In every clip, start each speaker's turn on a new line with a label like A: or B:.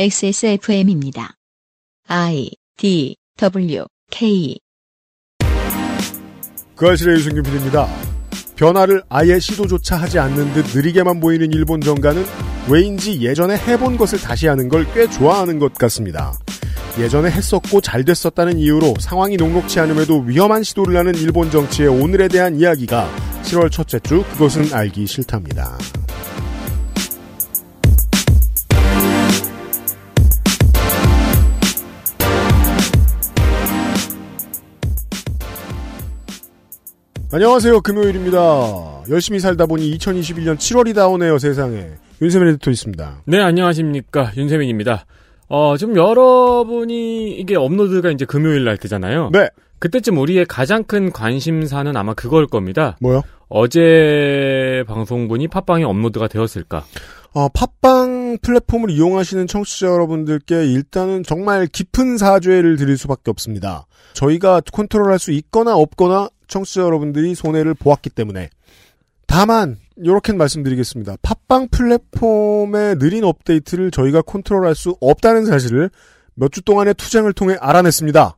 A: XSFM입니다. I D W K
B: 그아실의 유승균 PD입니다. 변화를 아예 시도조차 하지 않는 듯 느리게만 보이는 일본 정가는 왜인지 예전에 해본 것을 다시 하는 걸 꽤 좋아하는 것 같습니다. 예전에 했었고 잘 됐었다는 이유로 상황이 녹록치 않음에도 위험한 시도를 하는 일본 정치의 오늘에 대한 이야기가 7월 첫째 주 그것은 알기 싫답니다. 안녕하세요. 금요일입니다. 열심히 살다 보니 2021년 7월이 다오네요, 세상에. 윤세민 에디터 있습니다.
C: 네, 안녕하십니까. 윤세민입니다. 어, 지금 여러분이, 이게 업로드가 이제 금요일 날 때잖아요.
B: 네.
C: 그때쯤 우리의 가장 큰 관심사는 아마 그걸 겁니다.
B: 뭐요?
C: 어제 방송분이 팟빵에 업로드가 되었을까.
B: 어, 팟빵 플랫폼을 이용하시는 청취자 여러분들께 일단은 정말 깊은 사죄를 드릴 수밖에 없습니다. 저희가 컨트롤할 수 있거나 없거나 청취자 여러분들이 손해를 보았기 때문에 다만 이렇게 말씀드리겠습니다. 팟빵 플랫폼의 느린 업데이트를 저희가 컨트롤할 수 없다는 사실을 몇 주 동안의 투쟁을 통해 알아냈습니다.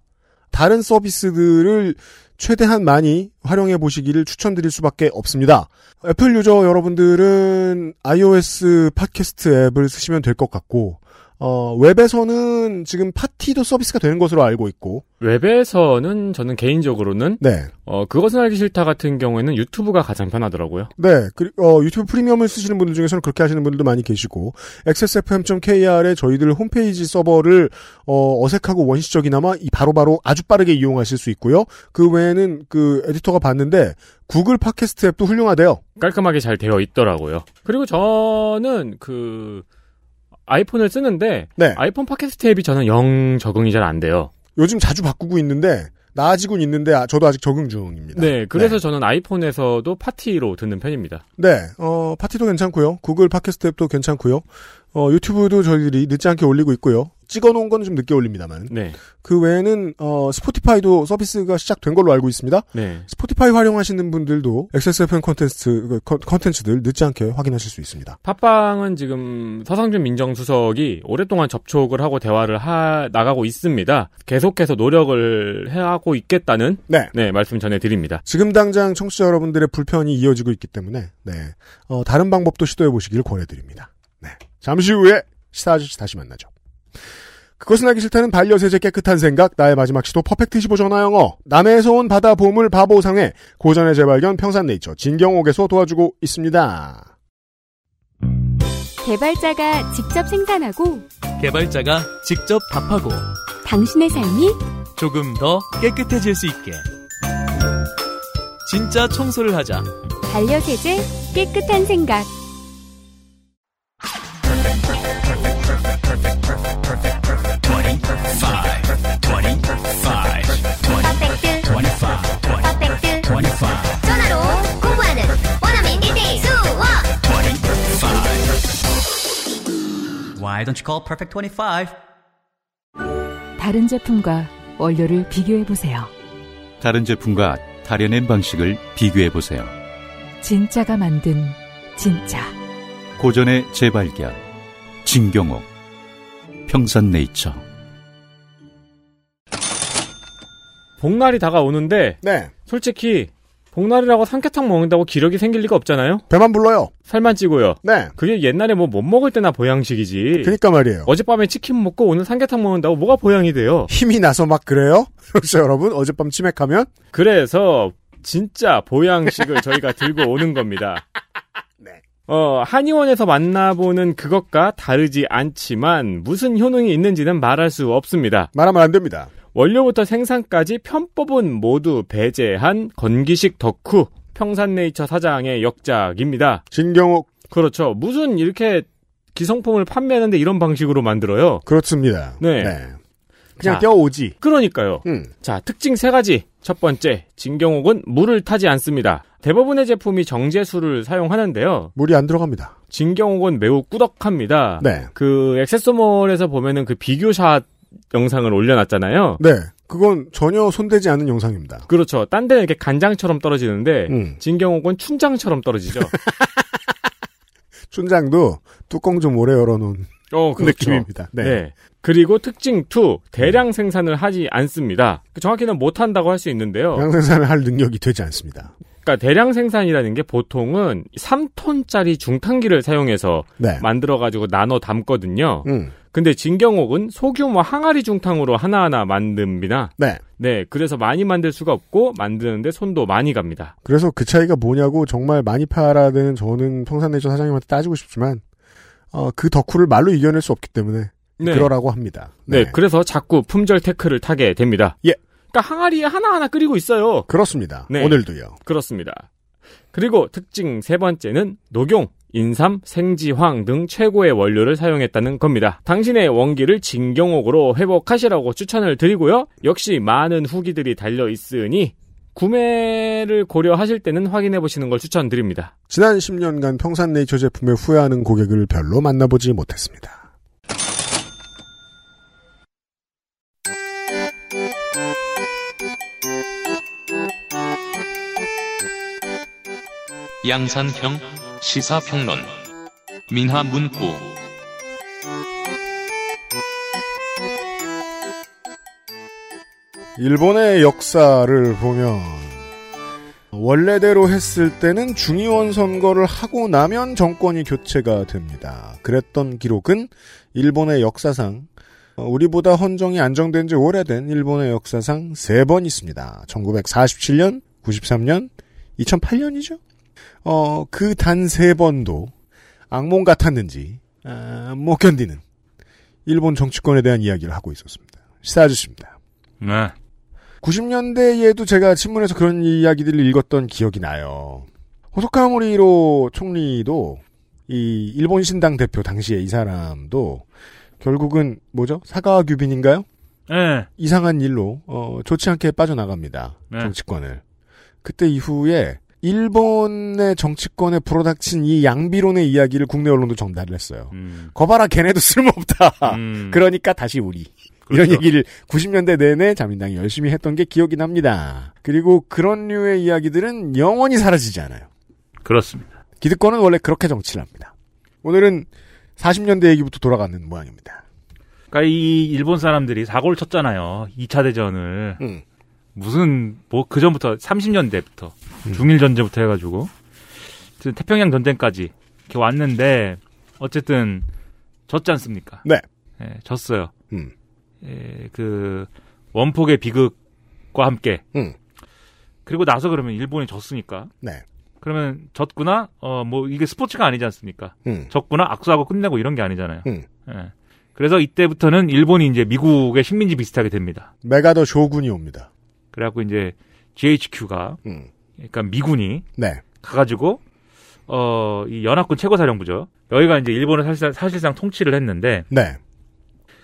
B: 다른 서비스들을 최대한 많이 활용해 보시기를 추천드릴 수밖에 없습니다. 애플 유저 여러분들은 iOS 팟캐스트 앱을 쓰시면 될 것 같고, 어, 웹에서는 지금 파티도 서비스가 되는 것으로 알고 있고,
C: 웹에서는 저는 개인적으로는,
B: 네.
C: 어, 그것은 알기 싫다 같은 경우에는 유튜브가 가장 편하더라고요.
B: 네, 그, 어, 유튜브 프리미엄을 쓰시는 분들 중에서는 그렇게 하시는 분들도 많이 계시고, xsfm.kr에 저희들 홈페이지 서버를, 어, 어색하고 원시적이나마 이 바로바로 아주 빠르게 이용하실 수 있고요. 그 외에는 그 에디터가 봤는데, 구글 팟캐스트 앱도 훌륭하대요.
C: 깔끔하게 잘 되어 있더라고요. 그리고 저는 그, 아이폰을 쓰는데,
B: 네.
C: 아이폰 팟캐스트 앱이 저는 영 적응이 잘 안 돼요.
B: 요즘 자주 바꾸고 있는데, 나아지곤 있는데, 아, 저도 아직 적응 중입니다.
C: 네, 그래서 저는 아이폰에서도 파티로 듣는 편입니다.
B: 네, 어, 파티도 괜찮고요. 구글 팟캐스트 앱도 괜찮고요. 어, 유튜브도 저희들이 늦지 않게 올리고 있고요. 찍어놓은 건 좀 늦게 올립니다만.
C: 네,
B: 그 외에는 어, 스포티파이도 서비스가 시작된 걸로 알고 있습니다.
C: 네.
B: 스포티파이 활용하시는 분들도 XSFM 컨텐츠 컨- 컨텐츠들 늦지 않게 확인하실 수 있습니다.
C: 팟빵은 지금 서상준 민정수석이 오랫동안 접촉을 하고 대화를 하, 나가고 있습니다. 계속해서 노력을 해 하고 있겠다는
B: 네.
C: 네, 말씀 전해드립니다.
B: 지금 당장 청취자 여러분들의 불편이 이어지고 있기 때문에 네 어, 다른 방법도 시도해 보시길 권해드립니다. 네. 잠시 후에 시사 아저씨 다시 만나죠. 그것은 하기 싫다는 반려세제 깨끗한 생각, 나의 마지막 시도 퍼펙트 15 전화영어, 남해에서 온 바다 보물 바보상해, 고전의 재발견 평산네이처 진경옥에서 도와주고 있습니다.
D: 개발자가 직접 생산하고
E: 개발자가 직접 답하고
D: 당신의 삶이
E: 조금 더 깨끗해질 수 있게 진짜 청소를 하자
D: 반려세제 깨끗한 생각
F: 퍼펙트 25 퍼펙트 25 전화로 공부하는 원어민 1대1 수업
G: Why don't you call Perfect 25?
H: 다른 제품과 원료를 비교해 보세요.
I: 다른 제품과 다려낸 방식을 비교해 보세요.
H: 진짜가 만든 진짜.
I: 고전의 재발견 진경옥 평산네이처
C: 복날이 다가오는데
B: 네,
C: 솔직히 복날이라고 삼계탕 먹는다고 기력이 생길 리가 없잖아요.
B: 배만 불러요.
C: 살만 찌고요.
B: 네,
C: 그게 옛날에 뭐 못 먹을 때나 보양식이지.
B: 그러니까 말이에요.
C: 어젯밤에 치킨 먹고 오늘 삼계탕 먹는다고 뭐가 보양이 돼요?
B: 힘이 나서 막 그래요? 그래서 여러분 어젯밤 치맥하면
C: 그래서 진짜 보양식을 저희가 들고 오는 겁니다. 어, 한의원에서 만나보는 그것과 다르지 않지만 무슨 효능이 있는지는 말할 수 없습니다.
B: 말하면 안 됩니다.
C: 원료부터 생산까지 편법은 모두 배제한 건기식 덕후 평산네이처 사장의 역작입니다.
B: 진경옥
C: 그렇죠. 무슨 이렇게 기성품을 판매하는데 이런 방식으로 만들어요.
B: 그렇습니다.
C: 네.
B: 그냥
C: 자.
B: 껴오지.
C: 그러니까요.
B: 음.
C: 자, 특징 세 가지. 첫 번째, 진경옥은 물을 타지 않습니다. 대부분의 제품이 정제수를 사용하는데요.
B: 물이 안 들어갑니다.
C: 진경옥은 매우 꾸덕합니다.
B: 네.
C: 그 액세서몰에서 보면은 그 비교샷 영상을 올려놨잖아요.
B: 네. 그건 전혀 손대지 않는 영상입니다.
C: 그렇죠. 딴 데는 이렇게 간장처럼
J: 네.
C: 떨어지는데
B: 음. 그
C: 진경옥은 춘장처럼 떨어지죠.
B: 춘장도 뚜껑 좀 오래 열어놓은.
J: 어, 그렇죠.
B: 느낌입니다. 네.
J: 네. 그리고 특징 2, 대량 생산을 하지 않습니다.
C: 그
J: 정확히는 못한다고 할 수 있는데요.
B: 양생산을 할 능력이 되지 않습니다.
J: 그러니까 대량 생산이라는 게 보통은 3톤짜리 중탄기를 사용해서
B: 네.
J: 만들어가지고 나눠 담거든요.
B: 음.
J: 근데 진경옥은 소규모 항아리 중탕으로 하나하나 만듭니다.
B: 네.
J: 네, 그래서 많이 만들 수가 없고 만드는데 손도 많이 갑니다.
B: 그래서 그 차이가 뭐냐고 정말 많이 팔아야 되는 저는 평산네이처 사장님한테 따지고 싶지만 어, 그 덕후를 말로 이겨낼 수 없기 때문에
J: 네.
B: 그러라고 합니다.
J: 네, 그래서 자꾸 품절 테크를 타게 됩니다.
B: 예.
J: 그러니까 항아리에 하나하나 끓이고 있어요.
B: 렇습니다
J: 네.
B: 오늘도요.
J: 그렇습니다. 그리고 특징 세 번째는 녹용, 인삼, 생지황 등 최고의 원료를 사용했다는 겁니다. 당신의 원기를 진경옥으로 회복하시라고 추천을 드리고요. 역시 많은 후기들이 달려 있으니 구매를 고려하실 때는 확인해 보시는 걸 추천드립니다.
B: 지난 10년간 평산네이처 제품에 후회하는 고객을 별로 만나보지 못했습니다.
K: 양산형 시사평론 민화문구
B: 일본의 역사를 보면 원래대로 했을 때는 중의원 선거를 하고 나면 정권이 교체가 됩니다. 그랬던 기록은 일본의 역사상 어, 우리보다 헌정이 안정된 지 오래된 일본의 역사상 세 번 있습니다. 1947년, 93년, 2008년이죠. 어, 그 단 세 번도 악몽 같았는지 아, 못 견디는 일본 정치권에 대한 이야기를 하고 있었습니다. 시사 아저씨입니다. 90년대에도 제가 신문에서 그런 이야기들을 읽었던 기억이 나요. 호소카무리로 총리도 이 일본 신당 대표 당시에 이 사람도 결국은 뭐죠 사가 규빈인가요?
L: 예.
B: 이상한 일로 어, 좋지 않게 빠져나갑니다
L: 네.
B: 정치권을. 그때 이후에 일본의 정치권에 불어닥친 이 양비론의 이야기를 국내 언론도 전달을 했어요. 거봐라 걔네도 쓸모없다.
C: 음.
B: 그러니까 다시 우리.
C: 그렇죠.
B: 이런 얘기를 90년대 내내 자민당이 열심히 했던 게 기억이 납니다. 그리고 그런 류의 이야기들은 영원히 사라지지 않아요.
C: 그렇습니다.
B: 기득권은 원래 그렇게 정치를 합니다. 오늘은 40년대 얘기부터 돌아가는 모양입니다.
C: 그러니까 이 일본 사람들이 사고를 쳤잖아요. 2차 대전을.
B: 음.
C: 무슨 뭐 그 전부터 30년대부터
B: 음.
C: 중일 전쟁부터 해가지고 지금 태평양 전쟁까지 이렇게 왔는데 어쨌든 졌지 않습니까?
B: 네.
C: 예, 졌어요.
B: 음.
C: 예, 그 원폭의 비극과 함께.
B: 음.
C: 그리고 나서 그러면 일본이 졌으니까.
B: 네.
C: 그러면 졌구나. 어 뭐 이게 스포츠가 아니지 않습니까?
B: 음.
C: 졌구나 악수하고 끝내고 이런 게 아니잖아요.
B: 음.
C: 예. 그래서 이때부터는 일본이 이제 미국의 식민지 비슷하게 됩니다.
B: 메가더 조군이 옵니다.
C: 그래갖고 이제 GHQ가 그러니까 미군이
B: 네.
C: 가가지고 어 이 연합군 최고사령부죠. 여기가 이제 일본을 사실상, 사실상 통치를 했는데
B: 네.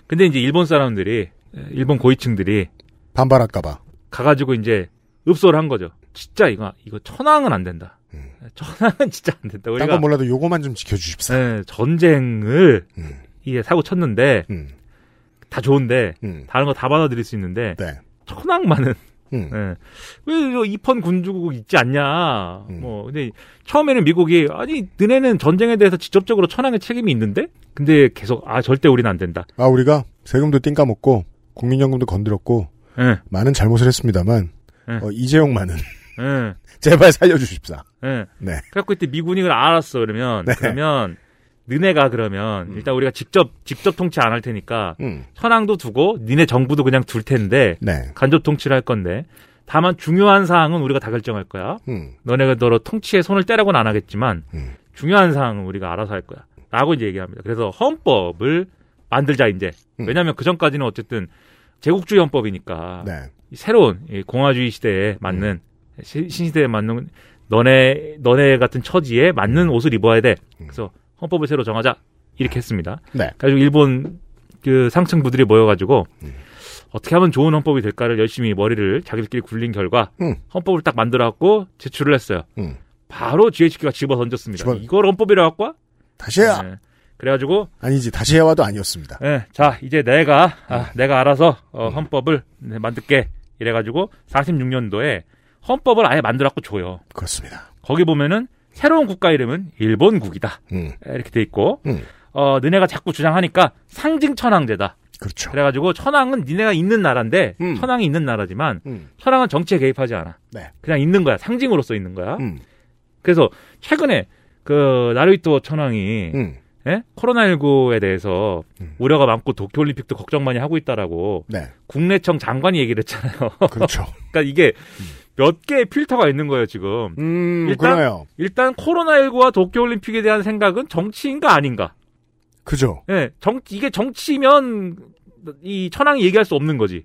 C: 근데 이제 일본 사람들이 예, 일본 고위층들이
B: 반발할까봐.
C: 가가지고 이제 읍소를 한 거죠. 진짜 이거 이거 천황은 안 된다. 예, 천황은 진짜 안 된다. 우리가
B: 딴건 몰라도 요거만 좀 지켜주십사.
C: 예, 전쟁을 이게 사고 쳤는데
B: 음.
C: 다 좋은데 다른 거 다 받아들일 수 있는데
B: 네.
C: 천황만은
B: 음.
C: 예, 왜 이거 이펀 군주국 있지 않냐.
B: 음.
C: 뭐 근데 처음에는 미국이 아니 너네는 전쟁에 대해서 직접적으로 천황의 책임이 있는데 근데 계속 아 절대 우리는 안 된다.
B: 아, 우리가 세금도 띵까먹고, 국민연금도 건드렸고,
C: 예.
B: 많은 잘못을 했습니다만,
C: 예.
B: 어, 이재용만은
C: 예.
B: 제발 살려주십사.
C: 예.
B: 네.
C: 그래갖고 이때 미군이 그걸 알았어 그러면
B: 네.
C: 그러면 너네가 그러면 일단 우리가 직접 직접 통치 안 할 테니까
B: 음.
C: 천황도 두고 니네 정부도 그냥 둘 텐데
B: 네.
C: 간접 통치를 할 건데 다만 중요한 사항은 우리가 다 결정할 거야.
B: 음.
C: 너네가 너로 통치에 손을 떼라고는 안 하겠지만 중요한 사항은 우리가 알아서 할 거야. 라고 이제 얘기합니다. 그래서 헌법을 만들자 이제. 왜냐하면 그 전까지는 어쨌든 제국주의
M: 아.
C: 헌법이니까
B: 네.
C: 이 새로운 이 공화주의 시대에 맞는 시- 신시대에 맞는 너네 너네 같은 처지에 맞는 옷을 입어야 돼. 그래서 헌법을 새로 정하자 이렇게 했습니다.
B: 네.
C: 그래서 일본 그 상층부들이 모여가지고
B: 예.
C: 어떻게 하면 좋은 헌법이 될까를 열심히 머리를 자기들끼리 굴린 결과
B: 음.
C: 헌법을 딱 만들어갖고 제출을 했어요.
B: 음.
C: 바로 GHQ가 집어 던졌습니다.
B: 집어-
C: 이걸 헌법이라고 할까? 네.
B: 다시 해야.
M: 네.
C: 그래가지고
B: 아니지, 다시 해와도 아니었습니다.
C: 예, 자 이제 내가
B: 음.
C: 아, 내가 알아서 어, 헌법을 네, 만들게 이래가지고 46년도에 헌법을 아예 만들었고 줘요.
B: 그렇습니다.
C: 거기 보면은 새로운 국가 이름은 일본국이다
B: 음.
C: 이렇게 돼 있고
M: 어, 너네가 자꾸 주장하니까 상징 천황제다.
B: 그렇죠.
M: 그래가지고 천황은 니네가 있는 나라인데 천황이 있는 나라지만 천황은 정치에 개입하지 않아.
B: 음. 네.
M: 그냥 있는 거야. 상징으로서 있는 거야.
B: 음,
M: 그래서 최근에 그 나루이토 천황이
B: 음.
M: 예? 코로나19에 대해서 우려가 많고 도쿄올림픽도 걱정 많이 하고 있다라고
B: 네.
M: 국내청 장관이 얘기를 했잖아요.
B: 그렇죠.
M: 그러니까 이게 몇 개의 필터가 있는 거예요 지금.
B: 음.
M: 일단
B: 그러네요.
M: 일단 코로나19와 도쿄올림픽에 대한 생각은 정치인가 아닌가.
B: 그죠.
M: 예, 정 이게 정치면 이 천황이 얘기할 수 없는 거지.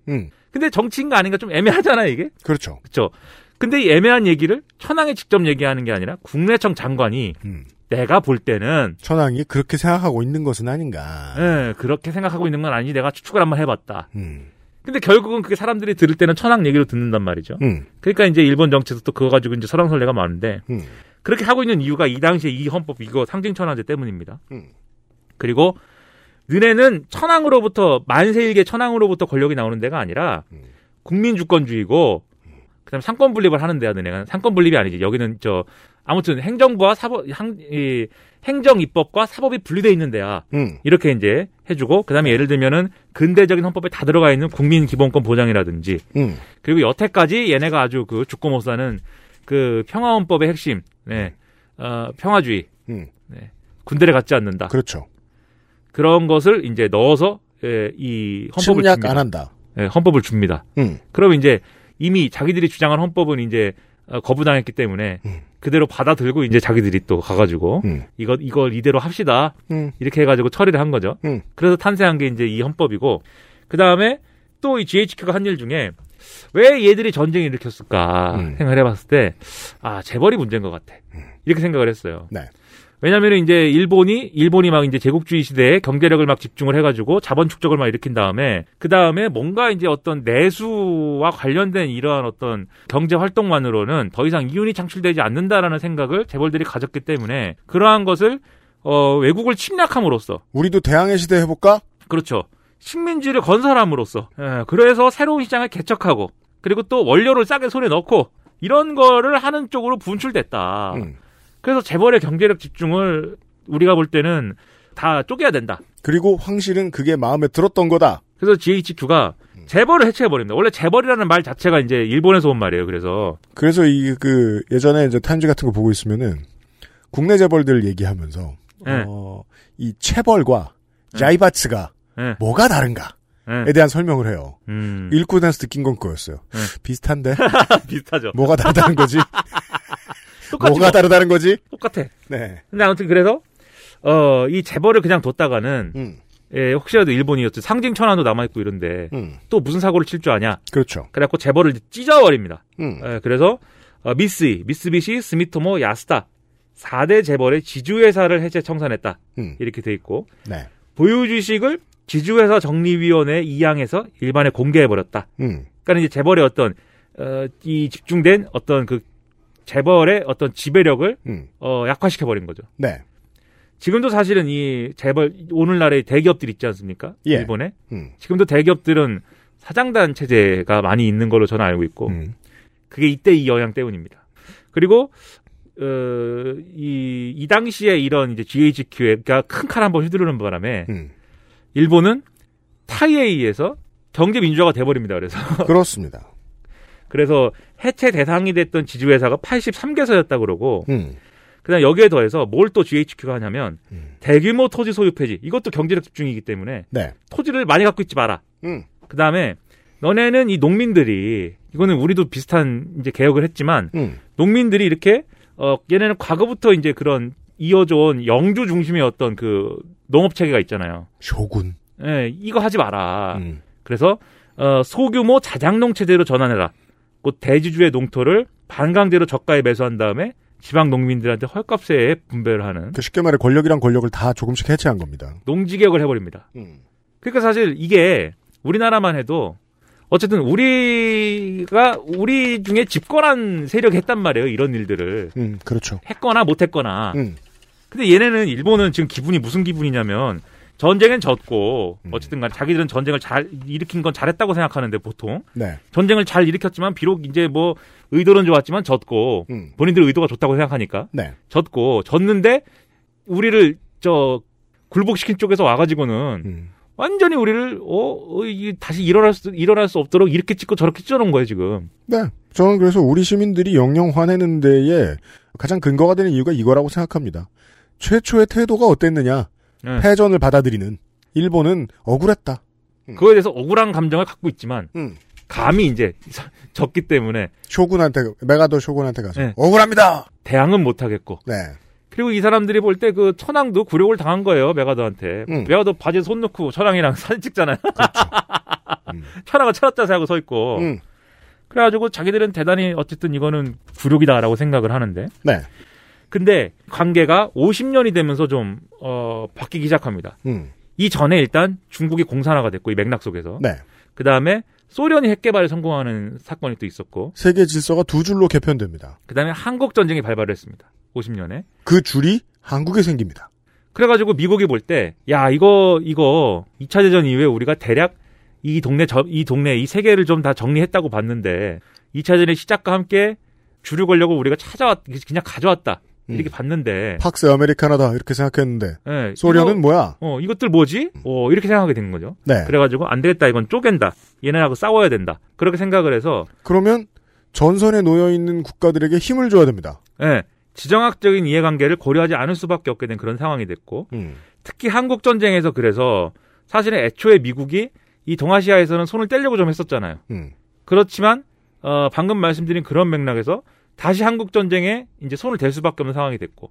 M: 근데 정치인가 아닌가 좀 애매하잖아 이게.
B: 그렇죠.
M: 그렇죠. 근데 이 애매한 얘기를 천황이 직접 얘기하는 게 아니라 국내청 장관이 내가 볼
B: 음,
M: 때는
B: 천황이 그렇게 생각하고 있는 것은 아닌가.
M: 예, 그렇게 생각하고 있는 건 아니지 내가 추측을 한번 해봤다.
B: 음.
M: 근데 결국은 그게 사람들이 들을 때는 천황 얘기로 듣는단 말이죠.
B: 음.
M: 그러니까 이제 일본 정치도 또 그거 가지고 이제 설왕설래가 많은데
B: 음.
M: 그렇게 하고 있는 이유가 이 당시에 이 헌법 이거 상징 천황제 때문입니다.
B: 음.
M: 그리고 너네는 천황으로부터 만세일계 천황으로부터 권력이 나오는 데가 아니라
B: 음.
M: 국민 주권주의고 그다음 에 상권 분립을 하는 데야 너네가 상권 분립이 아니지 여기는 저 아무튼 행정부와 사법 행, 이, 행정 입법과 사법이 분리돼 있는 데야
B: 음.
M: 이렇게 이제 해주고 그다음에 예를 들면은 근대적인 헌법에 다 들어가 있는 국민 기본권 보장이라든지
B: 음.
M: 그리고 여태까지 얘네가 아주 그 죽고 못 사는 그 평화헌법의 핵심, 네, 어, 평화주의,
B: 음.
M: 네, 군대를 갖지 않는다.
B: 그렇죠.
M: 그런 것을 이제 넣어서 예, 이 헌법을
B: 침략
M: 줍니다.
B: 안 한다.
M: 예, 헌법을 줍니다.
B: 음.
M: 그럼 이제 이미 자기들이 주장한 헌법은 이제 어, 거부당했기 때문에
B: 음.
M: 그대로 받아들고 이제 자기들이 또 가가지고 이거 이걸 이대로 합시다
B: 음.
M: 이렇게 해가지고 처리를 한 거죠.
B: 음.
M: 그래서 탄생한 게 이제 이 헌법이고 그 다음에 또 이 GHQ가 한 일 중에 왜 얘들이 전쟁을 일으켰을까
B: 음.
M: 생각을 해봤을 때 아 재벌이 문제인 것 같아 이렇게 생각을 했어요.
B: 네.
M: 왜냐하면 이제 일본이 일본이 막 이제 제국주의 시대에 경제력을 막 집중을 해가지고 자본 축적을 막 일으킨 다음에 그 다음에 뭔가 이제 어떤 내수와 관련된 이러한 어떤 경제 활동만으로는 더 이상 이윤이 창출되지 않는다라는 생각을 재벌들이 가졌기 때문에 그러한 것을 어, 외국을 침략함으로써
B: 우리도 대항해 시대 해볼까?
M: 그렇죠. 식민지를 건설함으로써 예, 그래서 새로운 시장을 개척하고 그리고 또 원료를 싸게 손에 넣고 이런 거를 하는 쪽으로 분출됐다.
B: 음.
M: 그래서 재벌의 경제력 집중을 우리가 볼 때는 다 쪼개야 된다.
B: 그리고 황실은 그게 마음에 들었던 거다.
M: 그래서 GHQ가 재벌을 해체해버립니다. 원래 재벌이라는 말 자체가 이제 일본에서 온 말이에요. 그래서
B: 그래서 이 그 예전에 이제 타임즈 같은 거 보고 있으면은 국내 재벌들 얘기하면서
M: 예.
B: 어, 이 체벌과
M: 네.
B: 야이바츠가
M: 예.
B: 뭐가 다른가에
M: 예.
B: 대한 설명을 해요.
M: 음. 네.
B: 읽고 나서 느낀 건 그거였어요. 비슷한데
M: 비슷하죠.
B: 뭐가 다르다는 거지?
M: 똑같지
B: 뭐가
M: 뭐.
B: 다르다는 거지?
M: 똑같아.
B: 네.
M: 근데 아무튼 그래서 어, 이 재벌을 그냥
B: 음.
M: 뒀다가는 예, 혹시라도 일본이었죠. 상징 천안도 남아 있고 이런데 또 무슨 사고를 칠 줄 아냐.
B: 음. 그렇죠.
M: 그래갖고 재벌을 찢어버립니다.
B: 음.
M: 예, 그래서 어, 미쓰이, 미쓰비시, 스미토모, 야스다 4대 재벌의 지주회사를 해체 청산했다.
B: 음.
M: 이렇게 돼 있고
B: 네.
M: 보유주식을 지주회사 정리위원회에 이양해서 일반에 공개해버렸다.
B: 음.
M: 그러니까 이제 재벌의 어떤 어, 이 집중된 어떤 그 재벌의 어떤 지배력을
B: 음.
M: 어, 약화시켜 버린 거죠.
B: 네.
M: 지금도 사실은 이 재벌 오늘날의 대기업들 있지 않습니까?
B: 예.
M: 일본에
B: 음.
M: 지금도 대기업들은 사장단 체제가 많이 있는 걸로 저는 알고 있고
B: 음,
M: 그게 이때 이 영향 때문입니다. 그리고 어, 어이이 당시에 이런 이제 GHQ가 큰 칼 한 번 휘두르는 바람에
B: 음.
M: 일본은 타이에 의해서 경제 민주화가 돼버립니다. 그래서
B: 그렇습니다.
M: 그래서 해체 대상이 됐던 지주회사가 83개서였다 그러고
B: 음.
M: 그다음 여기에 더해서 뭘 또 GHQ가 하냐면 대규모 토지 소유 폐지 이것도 경제력 집중이기 때문에
B: 네.
M: 토지를 많이 갖고 있지 마라.
B: 음.
M: 그다음에 너네는 이 농민들이 이거는 우리도 비슷한 이제 개혁을 했지만
B: 음.
M: 농민들이 이렇게 어 얘네는 과거부터 이제 그런 이어져 온 영주 중심의 어떤 그 농업 체계가 있잖아요.
B: 조군.
M: 예, 이거 하지 마라.
B: 음.
M: 그래서 어, 소규모 자장농 체제로 전환해라. 곧 대지주의 농토를 반강제로 저가에 매수한 다음에 지방 농민들한테 헐값에 분배를 하는
B: 그 쉽게 말해 권력이랑 권력을 다 조금씩 해체한 겁니다.
M: 농지개혁을 해버립니다. 그러니까 사실 이게 우리나라만 해도 어쨌든 우리가 우리 중에 집권한 세력이 했단 말이에요. 이런 일들을
B: 음, 그렇죠.
M: 했거나 못했거나.
B: 음.
M: 근데 얘네는 일본은 지금 기분이 무슨 기분이냐면 전쟁엔 졌고 어쨌든간 에 자기들은 전쟁을 잘 일으킨 건 잘했다고 생각하는데 보통
B: 네.
M: 전쟁을 잘 일으켰지만 비록 이제 뭐 의도는 좋았지만 졌고
B: 음.
M: 본인들 의도가 좋다고 생각하니까
B: 네.
M: 졌고 졌는데 우리를 저 굴복시킨 쪽에서 와가지고는
B: 음.
M: 완전히 우리를 어, 어, 이게 다시 일어날 수 일어날 수 없도록 이렇게 찍고 저렇게 찢어놓은 거예요 지금.
B: 네. 저는 그래서 우리 시민들이 영영 화내는 데에 가장 근거가 되는 이유가 이거라고 생각합니다. 최초의 태도가 어땠느냐?
M: 네.
B: 패전을 받아들이는 일본은 억울했다.
M: 그거에 대해서 억울한 감정을 갖고 있지만
B: 음.
M: 감히 이제 졌기 때문에
B: 쇼군한테 메가더 쇼군한테 가서
M: 네.
B: 억울합니다.
M: 대항은 못 하겠고.
B: 네.
M: 그리고 이 사람들이 볼 때 그 천황도 굴욕을 당한 거예요 메가더한테. 메가더 바지에 손 넣고 천황이랑 사진 찍잖아요. 천황은 천하 자세 하고 서
B: 어.
M: 있고.
B: 음.
M: 그래가지고 자기들은 대단히 어쨌든 이거는 굴욕이다라고 생각을 하는데.
B: 네.
M: 근데 관계가 50년이 되면서 좀 어, 바뀌기 시작합니다.
B: 음.
M: 이 전에 일단 중국이 공산화가 됐고 이 맥락 속에서.
B: 네.
M: 그 다음에 소련이 핵 개발에 성공하는 사건이 또 있었고.
B: 세계 질서가 두 줄로 개편됩니다.
M: 그 다음에 한국 전쟁이 발발을 했습니다. 50년에.
B: 그 줄이 한국에 생깁니다.
M: 그래가지고 미국이 볼 때, 야, 이거, 이거, 2차 대전 이후에 우리가 대략 이 동네, 저, 이 동네, 이 세계를 좀 다 정리했다고 봤는데, 2차 대전의 시작과 함께 주류 권력을 우리가 찾아왔, 그냥 가져왔다. 이렇게 봤는데,
B: 팍스 아메리카나다 이렇게 생각했는데
M: 예,
B: 음. 소련은
M: 네. 이거-
B: 뭐야?
M: 어, 이것들 뭐지? 어, 이렇게 생각하게 된 거죠.
B: 네.
M: 그래가지고, 안 되겠다, 이건 쪼갠다. 얘네하고 싸워야 된다. 그렇게 생각을 해서,
B: 그러면 전선에 놓여 있는 국가들에게 힘을 줘야 됩니다.
M: 예, 지정학적인 이해관계를 고려하지 않을 수밖에 없게 된 그런 상황이 됐고
B: 음.
M: 특히 한국 전쟁에서 그래서 사실은 애초에 미국이 이 동아시아에서는 손을 떼려고 좀 했었잖아요.
B: 음.
M: 그렇지만 어, 방금 말씀드린 그런 맥락에서 다시 한국 전쟁에 이제 손을 댈 수밖에 없는 상황이 됐고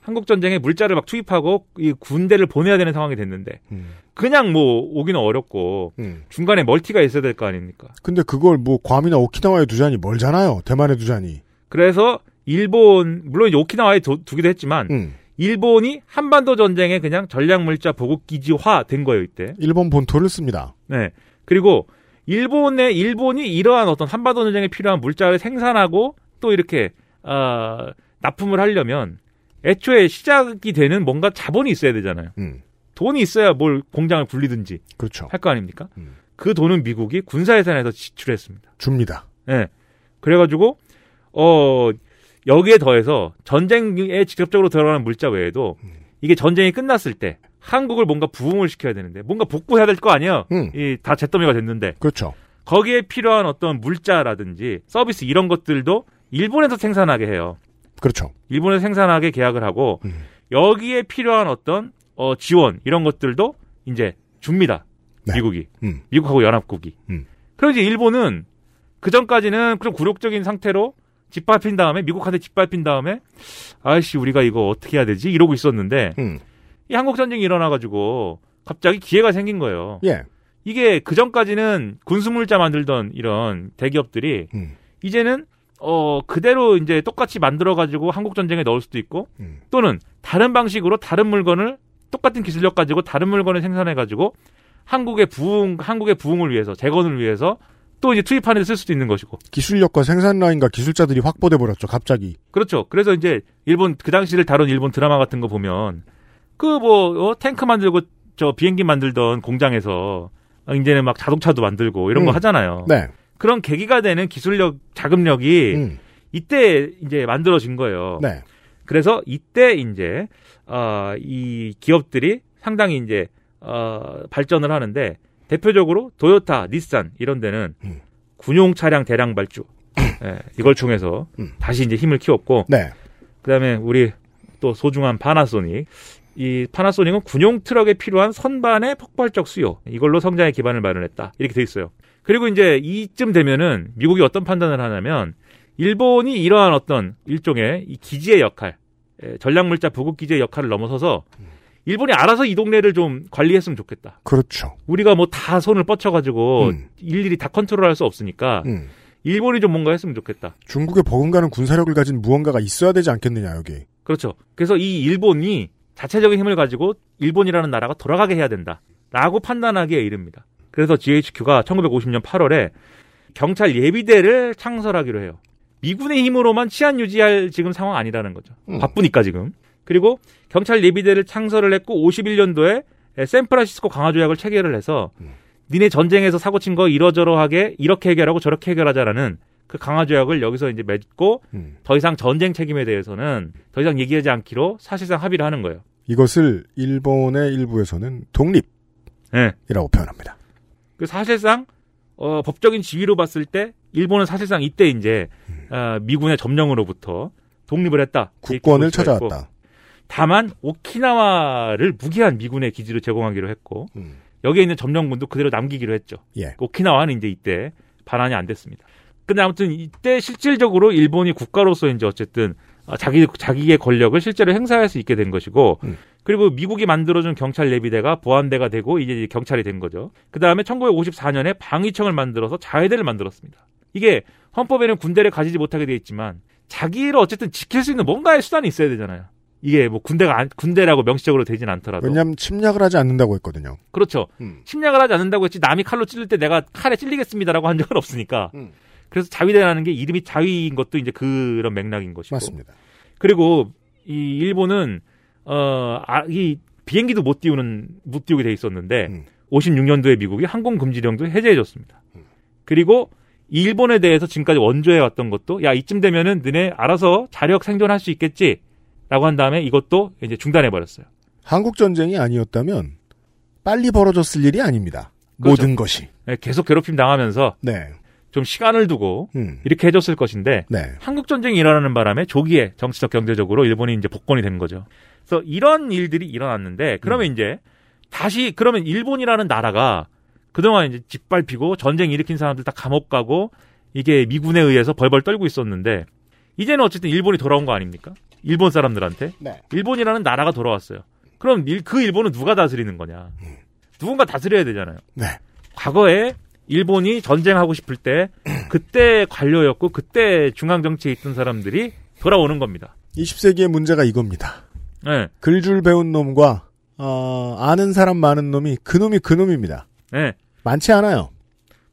M: 한국 전쟁에 물자를 막 투입하고 이 군대를 보내야 되는 상황이 됐는데
B: 음.
M: 그냥 뭐 오기는 어렵고 중간에 멀티가 있어야 될 거 아닙니까?
B: 근데 그걸 뭐 괌이나 오키나와에 두자니 멀잖아요. 대만에 두자니.
M: 그래서 일본 물론 이제 오키나와에 두, 기도 했지만
B: 음.
M: 일본이 한반도 전쟁에 그냥 전략 물자 보급 기지화 된 거예요 이때.
B: 일본 본토를 씁니다.
M: 네. 그리고 일본의 일본이 이러한 어떤 한반도 전쟁에 필요한 물자를 생산하고 또 이렇게 아, 납품을 하려면 애초에 시작이 되는 뭔가 자본이 있어야 되잖아요. 돈이 있어야 뭘 공장을 굴리든지
B: 그렇죠.
M: 할 거 아닙니까? 그 돈은 미국이 군사 예산에서 지출했습니다.
B: 줍니다.
M: 예. 그래가지고 어 여기에 더해서 전쟁에 직접적으로 들어가는 물자 외에도 이게 전쟁이 끝났을 때 한국을 뭔가 부흥을 시켜야 되는데 뭔가 복구해야 될 거 아니에요. 이 다 잿더미가 됐는데.
B: 그렇죠.
M: 거기에 필요한 어떤 물자라든지 서비스 이런 것들도 일본에서 생산하게 해요.
B: 그렇죠.
M: 일본에서 생산하게 계약을 하고
B: 음.
M: 여기에 필요한 어떤 어, 지원 이런 것들도 이제 줍니다. 미국이
B: 음.
M: 미국하고 연합국이.
B: 음.
M: 그럼 이제 일본은 그 전까지는 그런 굴욕적인 상태로 짓밟힌 다음에 미국한테 짓밟힌 다음에 아이씨 우리가 이거 어떻게 해야 되지 이러고 있었는데 이 한국 전쟁이 일어나가지고 갑자기 기회가 생긴 거예요.
B: 예.
M: 이게 그 전까지는 군수물자 만들던 이런 대기업들이 이제는 어 그대로 이제 똑같이 만들어 가지고 한국 전쟁에 넣을 수도 있고
B: 음.
M: 또는 다른 방식으로 다른 물건을 똑같은 기술력 가지고 다른 물건을 생산해 가지고 한국의 부흥 한국의 부흥을 위해서 재건을 위해서 또 이제 투입하는 데 쓸 수도 있는 것이고
B: 기술력과 생산 라인과 기술자들이 확보돼 버렸죠. 갑자기.
M: 그렇죠. 그래서 이제 일본 그 당시를 다룬 일본 드라마 같은 거 보면 그 뭐 탱크 만들고 저 비행기 만들던 공장에서 아, 이제는 막 자동차도 만들고 이런 거
B: 음.
M: 하잖아요.
B: 네.
M: 그런 계기가 되는 기술력 자금력이 이때 이제 예. 만들어진 거예요.
B: 음. 네.
M: 그래서 이때 이제 어, 이 기업들이 상당히 이제 어, 발전을 하는데 대표적으로 도요타, 닛산 이런 데는 군용 차량 대량 발주 예, 이걸 통해서 다시 이제 힘을 키웠고
B: 네.
M: 그다음에 우리 또 소중한 파나소닉 이 파나소닉은 군용 트럭에 필요한 선반의 폭발적 수요 이걸로 성장의 기반을 마련했다 이렇게 돼 있어요. 그리고 이제 이쯤 되면은 미국이 어떤 판단을 하냐면 일본이 이러한 어떤 일종의 이 기지의 역할 예, 전략물자 보급 기지의 역할을 넘어서서 일본이 알아서 이 동네를 좀 관리했으면 좋겠다.
B: 그렇죠.
M: 우리가 뭐 다 손을 뻗쳐가지고 일일이 다 컨트롤할 수 없으니까
B: 음.
M: 일본이 좀 뭔가 했으면 좋겠다.
B: 중국에 버금가는 군사력을 가진 무언가가 있어야 되지 않겠느냐 여기.
M: 그렇죠. 그래서 이 일본이 자체적인 힘을 가지고 일본이라는 나라가 돌아가게 해야 된다라고 판단하기에 이릅니다. 그래서 GHQ가 1950년 8월에 경찰 예비대를 창설하기로 해요. 미군의 힘으로만 치안 유지할 지금 상황 아니라는 거죠. 바쁘니까 지금. 그리고 경찰 예비대를 창설을 했고 51년도에 샌프란시스코 강화 조약을 체결을 해서 니네 전쟁에서 사고 친 거 이러저러하게 이렇게 해결하고 저렇게 해결하자라는 그 강화 조약을 여기서 이제 음. 맺고 더 이상 전쟁 책임에 대해서는 더 이상 얘기하지 않기로 사실상 합의를 하는 거예요.
B: 이것을 일본의 일부에서는 독립이라고 표현합니다.
M: 그 사실상 어, 법적인 지위로 봤을 때 일본은 사실상 이때 이제 어, 미군의 점령으로부터 독립을 했다.
B: 국권을 찾아왔다. 있고.
M: 다만 오키나와를 무기한 미군의 기지로 제공하기로 했고 음. 여기에 있는 점령군도 그대로 남기기로 했죠.
B: 예.
M: 오키나와는 이제 이때 반환이 안 됐습니다. 근데 아무튼 이때 실질적으로 일본이 국가로서 이제 어쨌든 아, 자기 자기의 권력을 실제로 행사할 수 있게 된 것이고 음. 그리고 미국이 만들어준 경찰 예비대가 보안대가 되고 이제 경찰이 된 거죠. 그 다음에 1954년에 방위청을 만들어서 자위대를 만들었습니다. 이게 헌법에는 군대를 가지지 못하게 되어 있지만 자기를 어쨌든 지킬 수 있는 뭔가의 수단이 있어야 되잖아요. 이게 뭐 군대가 안, 군대라고 명시적으로 되진 않더라도
B: 왜냐하면 침략을 하지 않는다고 했거든요.
M: 그렇죠. 음. 침략을 하지 않는다고 했지 남이 칼로 찔릴 때 내가 칼에 찔리겠습니다라고 한 적은 없으니까. 음. 그래서 자위대라는 게 이름이 자위인 것도 이제 그런 맥락인 것이고.
B: 맞습니다.
M: 그리고 이 일본은 어, 아, 이 비행기도 못 띄우는 못 띄우게 돼 있었는데 음. 56년도에 미국이 항공 금지령도 해제해 줬습니다. 음. 그리고 일본에 대해서 지금까지 원조해 왔던 것도 야 이쯤 되면은 너네 알아서 자력 생존할 수 있겠지라고 한 다음에 이것도 이제 중단해 버렸어요.
B: 한국 전쟁이 아니었다면 빨리 벌어졌을 일이 아닙니다. 그렇죠. 모든 것이
M: 네, 계속 괴롭힘 당하면서
B: 네.
M: 좀 시간을 두고 음. 이렇게 해줬을 것인데
B: 네.
M: 한국 전쟁이 일어나는 바람에 조기에 정치적 경제적으로 일본이 이제 복권이 된 거죠. 그래서 이런 일들이 일어났는데 그러면 음. 이제 다시 그러면 일본이라는 나라가 그동안 이제 짓밟히고 전쟁 일으킨 사람들 다 감옥 가고 이게 미군에 의해서 벌벌 떨고 있었는데 이제는 어쨌든 일본이 돌아온 거 아닙니까? 일본 사람들한테
B: 네.
M: 일본이라는 나라가 돌아왔어요. 그럼 일, 그 일본은 누가 다스리는 거냐? 음. 누군가 다스려야 되잖아요.
B: 네.
M: 과거에 일본이 전쟁하고 싶을 때 그때 관료였고 그때 중앙 정치에 있던 사람들이 돌아오는 겁니다.
B: 20세기의 문제가 이겁니다.
M: 네.
B: 글줄 배운 놈과 어, 아는 사람 많은 놈이 그 놈이 그 놈입니다.
M: 네.
B: 많지 않아요.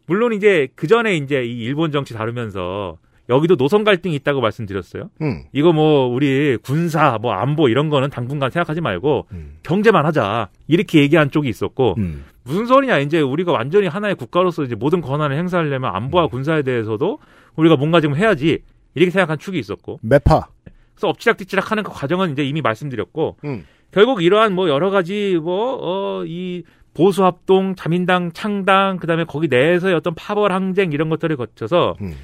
M: 물론 이제 그 전에 이제 이 일본 정치 다루면서 여기도 노선 갈등이 있다고 말씀드렸어요.
B: 음.
M: 이거 뭐 우리 군사 뭐 안보 이런 거는 당분간 생각하지 말고 음. 경제만 하자 이렇게 얘기한 쪽이 있었고
B: 음.
M: 무슨 소리냐. 이제 우리가 완전히 하나의 국가로서 이제 모든 권한을 행사하려면 안보와 군사에 대해서도 우리가 뭔가 좀 해야지. 이렇게 생각한 축이 있었고.
B: 매파.
M: 그래서 엎치락뒤치락 하는 그 과정은 이제 이미 말씀드렸고.
B: 음.
M: 결국 이러한 뭐 여러 가지 뭐, 어, 이 보수합동, 자민당, 창당, 그 다음에 거기 내에서의 어떤 파벌 항쟁 이런 것들을 거쳐서
B: 음.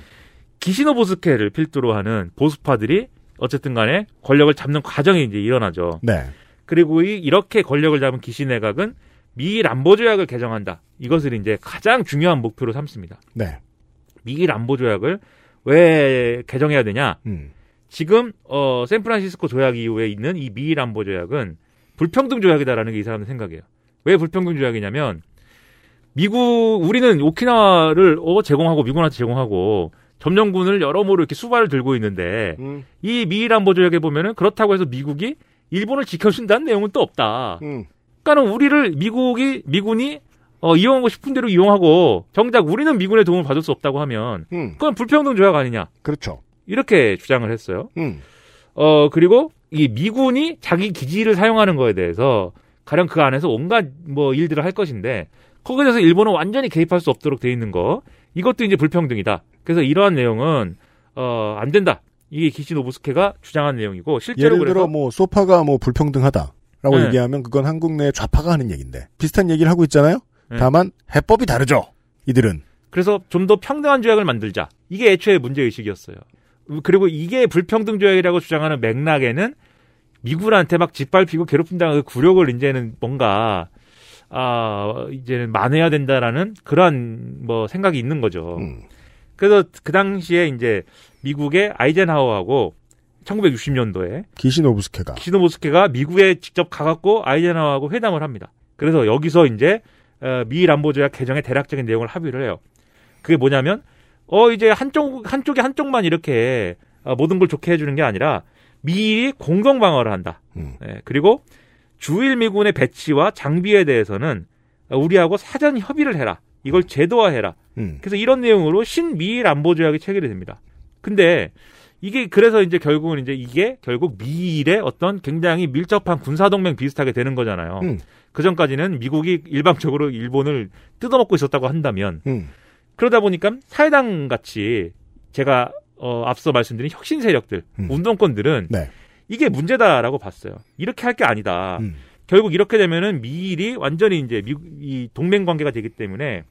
M: 기시노 보스케를 필두로 하는 보수파들이 어쨌든 간에 권력을 잡는 과정이 이제 일어나죠.
B: 네.
M: 그리고 이, 이렇게 권력을 잡은 기시 내각은 미일 안보 조약을 개정한다. 이것을 이제 가장 중요한 목표로 삼습니다.
B: 네.
M: 미일 안보 조약을 왜 개정해야 되냐?
B: 음.
M: 지금 어 샌프란시스코 조약 이후에 있는 이 미일 안보 조약은 불평등 조약이다라는 게 이 사람들 생각이에요. 왜 불평등 조약이냐면 미국 우리는 오키나와를 어 제공하고 미군한테 제공하고 점령군을 여러모로 이렇게 수발을 들고 있는데
B: 음.
M: 이 미일 안보 조약에 보면은 그렇다고 해서 미국이 일본을 지켜준다는 내용은 또 없다.
B: 음.
M: 그러니까는 우리를 미국이 미군이 어, 이용하고 싶은 대로 이용하고 정작 우리는 미군의 도움을 받을 수 없다고 하면
B: 음.
M: 그건 불평등 조약 아니냐?
B: 그렇죠.
M: 이렇게 주장을 했어요.
B: 음.
M: 어 그리고 이 미군이 자기 기지를 사용하는 거에 대해서 가령 그 안에서 온갖 뭐 일들을 할 것인데 거기에 대해서 일본은 완전히 개입할 수 없도록 돼 있는 거 이것도 이제 불평등이다. 그래서 이러한 내용은 어 안 된다. 이게 기시 노부스케가 주장한 내용이고 실제로
B: 예를 들어 뭐 소파가 뭐 불평등하다. 라고 네. 얘기하면 그건 한국 내 좌파가 하는 얘기인데 비슷한 얘기를 하고 있잖아요.
M: 네.
B: 다만 해법이 다르죠. 이들은.
M: 그래서 좀 더 평등한 조약을 만들자. 이게 애초에 문제 의식이었어요. 그리고 이게 불평등 조약이라고 주장하는 맥락에는 미국한테 막 짓밟히고 괴롭힌다는 그 굴욕을 이제는 뭔가 아 이제는 만회해야 된다라는 그러한 뭐 생각이 있는 거죠.
B: 음.
M: 그래서 그 당시에 이제 미국의 아이젠하워하고 1960년도에
B: 기시노부스케가
M: 기시노부스케가 미국에 직접 가갖고 아이젠하워하고 회담을 합니다. 그래서 여기서 이제 어, 미일 안보 조약 개정의 대략적인 내용을 합의를 해요. 그게 뭐냐면 어 이제 한쪽 한쪽이 한쪽만 이렇게 어, 모든 걸 좋게 해주는 게 아니라 미일이 공동 방어를 한다.
B: 음.
M: 예, 그리고 주일 미군의 배치와 장비에 대해서는 우리하고 사전 협의를 해라. 이걸 제도화해라.
B: 음.
M: 그래서 이런 내용으로 신미일 안보 조약이 체결이 됩니다. 근데 이게 그래서 이제 결국은 이제 이게 결국 미일의 어떤 굉장히 밀접한 군사 동맹 비슷하게 되는 거잖아요.
B: 음.
M: 그 전까지는 미국이 일방적으로 일본을 뜯어먹고 있었다고 한다면
B: 음.
M: 그러다 보니까 사회당 같이 제가 어, 앞서 말씀드린 혁신 세력들,
B: 음.
M: 운동권들은
B: 네.
M: 이게 문제다라고 봤어요. 이렇게 할 게 아니다. 결국 이렇게 되면은 미일이 완전히 이제 미, 이 동맹 관계가 되기 때문에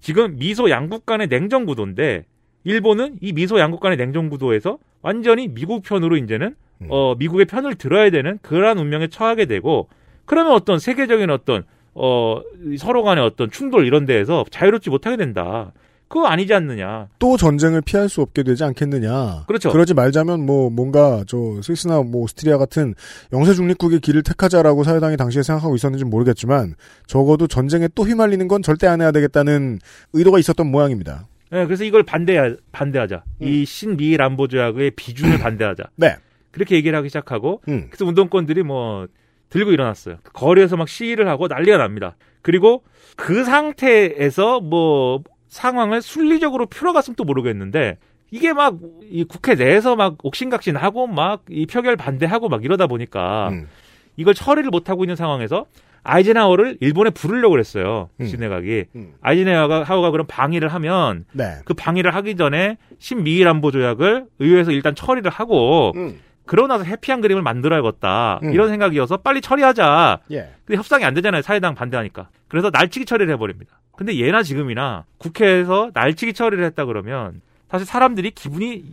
M: 지금 미소 양국 간의 냉전 구도인데 일본은 이 미소 양국 간의 냉전 구도에서 완전히 미국 편으로 이제는 어 미국의 편을 들어야 되는 그러한 운명에 처하게 되고 그러면 어떤 세계적인 어떤 어 서로 간의 어떤 충돌 이런 데에서 자유롭지 못하게 된다. 그거 아니지 않느냐.
B: 또 전쟁을 피할 수 없게 되지 않겠느냐.
M: 그렇죠.
B: 그러지 말자면 뭐 뭔가 저 스위스나 뭐 오스트리아 같은 영세 중립국의 길을 택하자라고 사회당이 당시에 생각하고 있었는지 모르겠지만 적어도 전쟁에 또 휘말리는 건 절대 안 해야 되겠다는 의도가 있었던 모양입니다.
M: 네, 그래서 이걸 반대하, 반대하자. 음. 이 신미일 안보 조약의 비준을 반대하자.
B: 네.
M: 그렇게 얘기를 하기 시작하고 음. 그래서 운동권들이 뭐 들고 일어났어요. 거리에서 막 시위를 하고 난리가 납니다. 그리고 그 상태에서 뭐 상황을 순리적으로 풀어갔으면 또 모르겠는데 이게 막 이 국회 내에서 막 옥신각신하고 막 이 표결 반대하고 막 이러다 보니까 음. 이걸 처리를 못 하고 있는 상황에서 아이젠하워를 일본에 부르려고 그랬어요. 음. 시내각이 음. 아이젠하워가 그런 방위를 하면
B: 네.
M: 그 방위를 하기 전에 신미일 안보 조약을 의회에서 일단 처리를 하고
B: 음.
M: 그러고 나서 해피한 그림을 만들어야겠다. 이런 생각이어서 빨리 처리하자.
B: 예.
M: 근데 협상이 안 되잖아요. 사회당 반대하니까. 그래서 날치기 처리를 해버립니다. 근데 예나 지금이나 국회에서 날치기 처리를 했다 그러면 사실 사람들이 기분이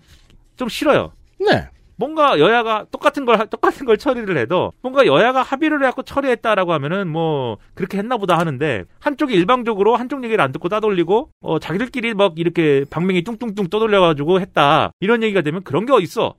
M: 좀 싫어요.
B: 네.
M: 뭔가 여야가 똑같은 걸 똑같은 걸 처리를 해도 뭔가 여야가 합의를 해갖고 처리했다라고 하면은 뭐 그렇게 했나보다 하는데 한쪽이 일방적으로 한쪽 얘기를 안 듣고 따돌리고 어 자기들끼리 막 이렇게 방맹이 뚱뚱뚱 떠돌려가지고 했다 이런 얘기가 되면 그런 게 있어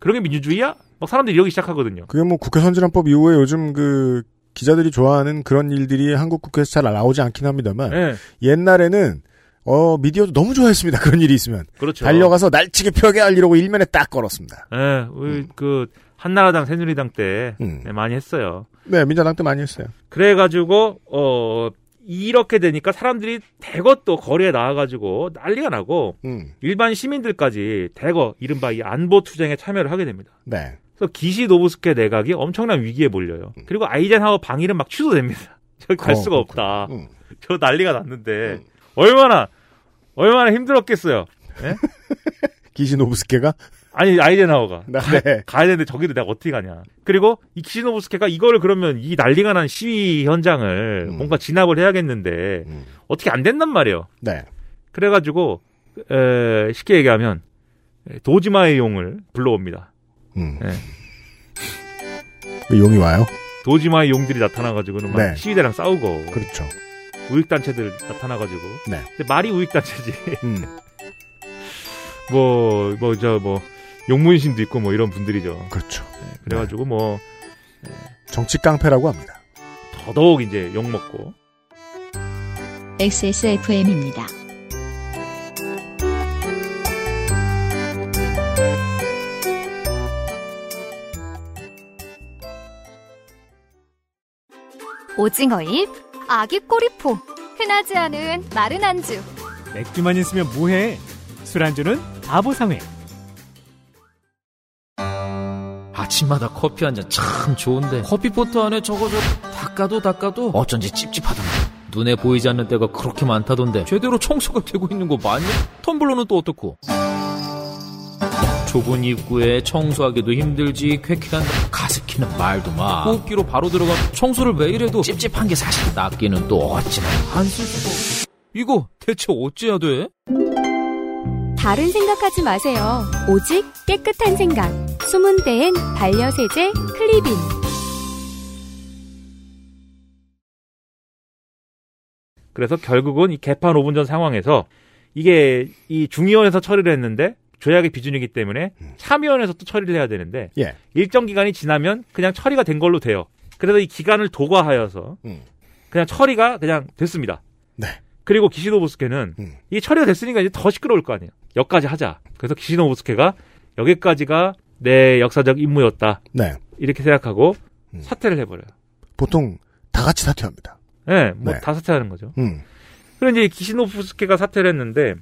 M: 그런 게 민주주의야? 막 사람들이 이러기 시작하거든요.
B: 그게 뭐 국회 선진화법 이후에 요즘 그 기자들이 좋아하는 그런 일들이 한국 국회에서 잘 나오지 않긴 합니다만
M: 네.
B: 옛날에는 어 미디어도 너무 좋아했습니다 그런 일이 있으면
M: 그렇죠.
B: 달려가서 날치기 표기하려고 일면에 딱 걸었습니다.
M: 네, 음. 그 한나라당 새누리당 때 음. 네, 많이 했어요.
B: 네, 민자당 때 많이 했어요.
M: 그래가지고 어 이렇게 되니까 사람들이 대거 또 거리에 나와가지고 난리가 나고
B: 음.
M: 일반 시민들까지 대거 이른바 이 안보 투쟁에 참여를 하게 됩니다.
B: 네.
M: 그래서 기시 노부스케 내각이 엄청난 위기에 몰려요. 그리고 아이젠하워 방위는 막 취소됩니다. 저기 갈 음. 어, 음. 수가
B: 아.
M: 없다. 응.
B: 음.
M: 저 난리가 났는데 응. 얼마나 얼마나 힘들었겠어요. 네?
B: 기시 노부스케가
M: 아니 아이젠하워가
B: 네.
M: 가, 가야 되는데 저기를 내가 어떻게 가냐. 그리고 이 기시 노부스케가 이거를 그러면 이 난리가 난 시위 현장을 음. 뭔가 진압을 해야겠는데 음. 어떻게 안 된단 말이에요.
B: 네.
M: 그래가지고 에, 쉽게 얘기하면 도지마의 용을 불러옵니다.
B: 음. 네. 용이 와요?
M: 도지마의 용들이 나타나가지고는 막 네. 시위대랑 싸우고.
B: 그렇죠.
M: 우익단체들 나타나가지고.
B: 네.
M: 근데 말이 우익단체지.
B: 음.
M: 뭐, 뭐, 저, 뭐, 용문신도 있고 뭐 이런 분들이죠.
B: 그렇죠.
M: 네. 그래가지고 뭐.
B: 정치 깡패라고 합니다.
M: 더더욱 이제 욕먹고.
A: XSFM입니다.
N: 오징어잎, 아기 꼬리포, 흔하지 않은 마른 안주.
O: 맥주만 있으면 뭐해? 술안주는 바보상회.
P: 아침마다 커피 한 잔 참 좋은데 커피포트 안에 저거 저 닦아도 닦아도 어쩐지 찝찝하던데 눈에 보이지 않는 때가 그렇게 많다던데 제대로 청소가 되고 있는 거 맞냐? 텀블러는 또 어떻고? 좁은 입구에 청소하기도 힘들지 쾌쾌한 가습기는 말도 마 호흡기로 바로 들어가 청소를 매일 해도 찝찝한 게 사실 낫기는 또 어찌나 안 쓸 수도 이거 대체 어찌해야 돼?
D: 다른 생각하지 마세요 오직 깨끗한 생각 숨은 때엔 반려세제 클리빈
M: 그래서 결국은 이 개판 5분 전 상황에서 이게 이 중의원에서 처리를 했는데 조약의 비준이기 때문에
B: 음.
M: 참여원에서 또 처리를 해야 되는데
B: 예.
M: 일정 기간이 지나면 그냥 처리가 된 걸로 돼요. 그래서 이 기간을 도과하여서
B: 음.
M: 그냥 처리가 그냥 됐습니다.
B: 네.
M: 그리고 기시노 보스케는 음. 이 처리가 됐으니까 이제 더 시끄러울 거 아니에요. 여기까지 하자. 그래서 기시노 보스케가 여기까지가 내 역사적 임무였다.
B: 네.
M: 이렇게 생각하고 음. 사퇴를 해버려요.
B: 보통 다 같이 사퇴합니다.
M: 네, 뭐다 네. 사퇴하는 거죠.
B: 음.
M: 그리고 이제 기시노프스케가 사퇴를 했는데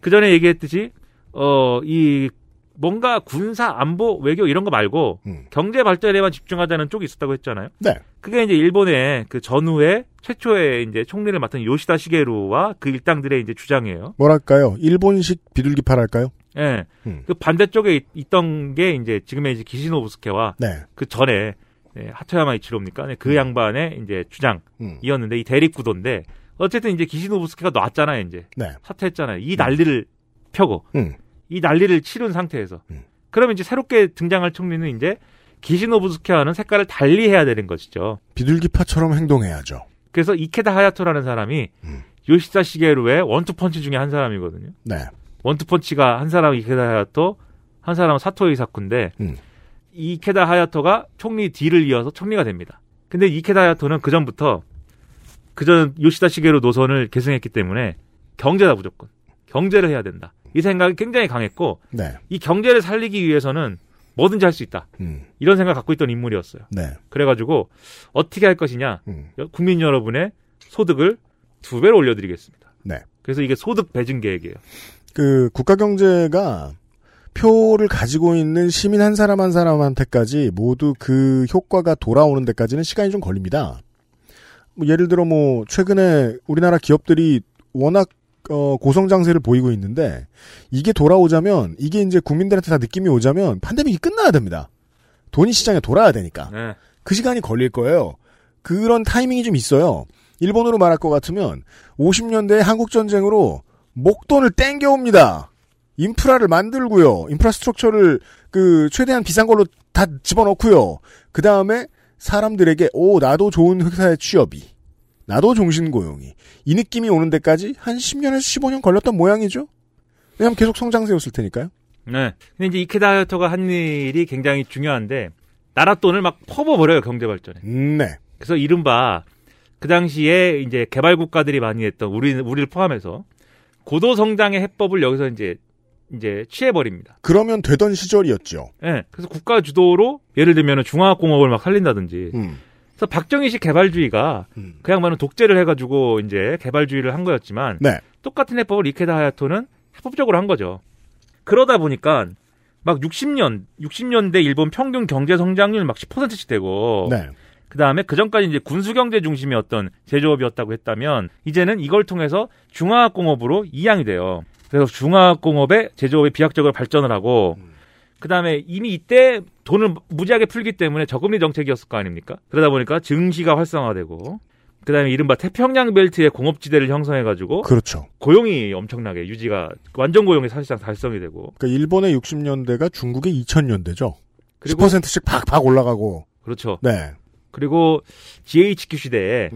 M: 그 전에 얘기했듯이 어, 이, 뭔가 군사, 안보, 외교 이런 거 말고
B: 음.
M: 경제 발전에만 집중하자는 쪽이 있었다고 했잖아요.
B: 네.
M: 그게 이제 일본의 그 전후에 최초의 이제 총리를 맡은 요시다 시게루와 그 일당들의 이제 주장이에요.
B: 뭐랄까요? 일본식 비둘기파랄까요?
M: 예. 그 반대쪽에 있, 던게 이제 지금의 이제 기시노부스케와
B: 네.
M: 그 전에 예, 하토야마 이치로입니까? 네, 그 양반의 이제
B: 음. 예.
M: 주장이었는데 이 대립 구도인데 어쨌든 이제 기시노부스케가 놨잖아요, 이제.
B: 네.
M: 사퇴했잖아요. 이 난리를 펴고
B: 음.
M: 이 난리를 치른 상태에서 그러면 이제 새롭게 등장할 총리는 이제 기시노부스케와는 색깔을 달리 해야 되는 것이죠.
B: 비둘기파처럼 행동해야죠.
M: 그래서 이케다 하야토라는 사람이
B: 음.
M: 요시다 시게루의 원투펀치 중에 한 사람이거든요.
B: 네.
M: 원투펀치가 한 사람 이케다 하야토, 한 사람은 사토 이사쿠인데 이케다 하야토가 총리 뒤를 이어서 총리가 됩니다. 근데 이케다 하야토는 그 전부터 그전 요시다 시게루 노선을 계승했기 때문에 경제다 무조건 경제를 해야 된다 이 생각이 굉장히 강했고
B: 네.
M: 이 경제를 살리기 위해서는 뭐든지 할 수 있다 이런 생각 을 갖고 있던 인물이었어요.
B: 음. 네. 음.
M: 그래가지고 어떻게 할 것이냐 여- 국민 여러분의 소득을 두 배로 올려드리겠습니다.
B: 네.
M: 그래서 이게 소득 배분 계획이에요.
B: 그 국가 경제가 표를 가지고 있는 시민 한 사람 한 사람한테까지 모두 그 효과가 돌아오는 데까지는 시간이 좀 걸립니다. 뭐 예를 들어 뭐 최근에 우리나라 기업들이 워낙 어, 고성 장세를 보이고 있는데 이게 돌아오자면 이게 이제 국민들한테 다 느낌이 오자면 팬데믹이 끝나야 됩니다. 돈이 시장에 돌아야 되니까.
M: 네.
B: 그 시간이 걸릴 거예요. 그런 타이밍이 좀 있어요. 일본으로 말할 것 같으면 50년대 한국 전쟁으로 목돈을 땡겨옵니다. 인프라를 만들고요. 인프라스트럭처를 그 최대한 비싼 걸로 다 집어넣고요. 그 다음에 사람들에게 오 나도 좋은 회사에 취업이 나도 종신 고용이 이 느낌이 오는 데까지 한 10년에서 15년 걸렸던 모양이죠. 왜냐면 계속 성장세였을 테니까요.
M: 네. 근데 이제 이케다 하야토가 한 일이 굉장히 중요한데 나라 돈을 막 퍼부어버려요 경제 발전에.
B: 네.
M: 그래서 이른바 그 당시에 이제 개발 국가들이 많이 했던 우리 우리를 포함해서 고도 성장의 해법을 여기서 이제 이제 취해버립니다.
B: 그러면 되던 시절이었죠.
M: 예. 그래서 국가 주도로 예를 들면 중화공업을 막 살린다든지.
B: 음.
M: 그래서 박정희 씨 개발주의가 그 양반은 독재를 해가지고 이제 개발주의를 한 거였지만
B: 네.
M: 똑같은 해법을 이케다 하야토는 합법적으로 한 거죠. 그러다 보니까 막 60년, 60년대 일본 평균 경제 성장률 막 10%씩 되고
B: 네.
M: 그 다음에 그 전까지 이제 군수 경제 중심의 어떤 제조업이었다고 했다면 이제는 이걸 통해서 중화학 공업으로 이양이 돼요. 그래서 중화학 공업의 제조업이 비약적으로 발전을 하고 그 다음에 이미 이때 돈을 무지하게 풀기 때문에 저금리 정책이었을 거 아닙니까? 그러다 보니까 증시가 활성화되고 그 다음에 이른바 태평양 벨트의 공업지대를 형성해가지고
B: 그렇죠.
M: 고용이 엄청나게 유지가 완전 고용이 사실상 달성이 되고
B: 그러니까 일본의 60년대가 중국의 2000년대죠. 10%씩 박박 올라가고.
M: 그렇죠.
B: 네. 음,
M: 그리고 GHQ 시대에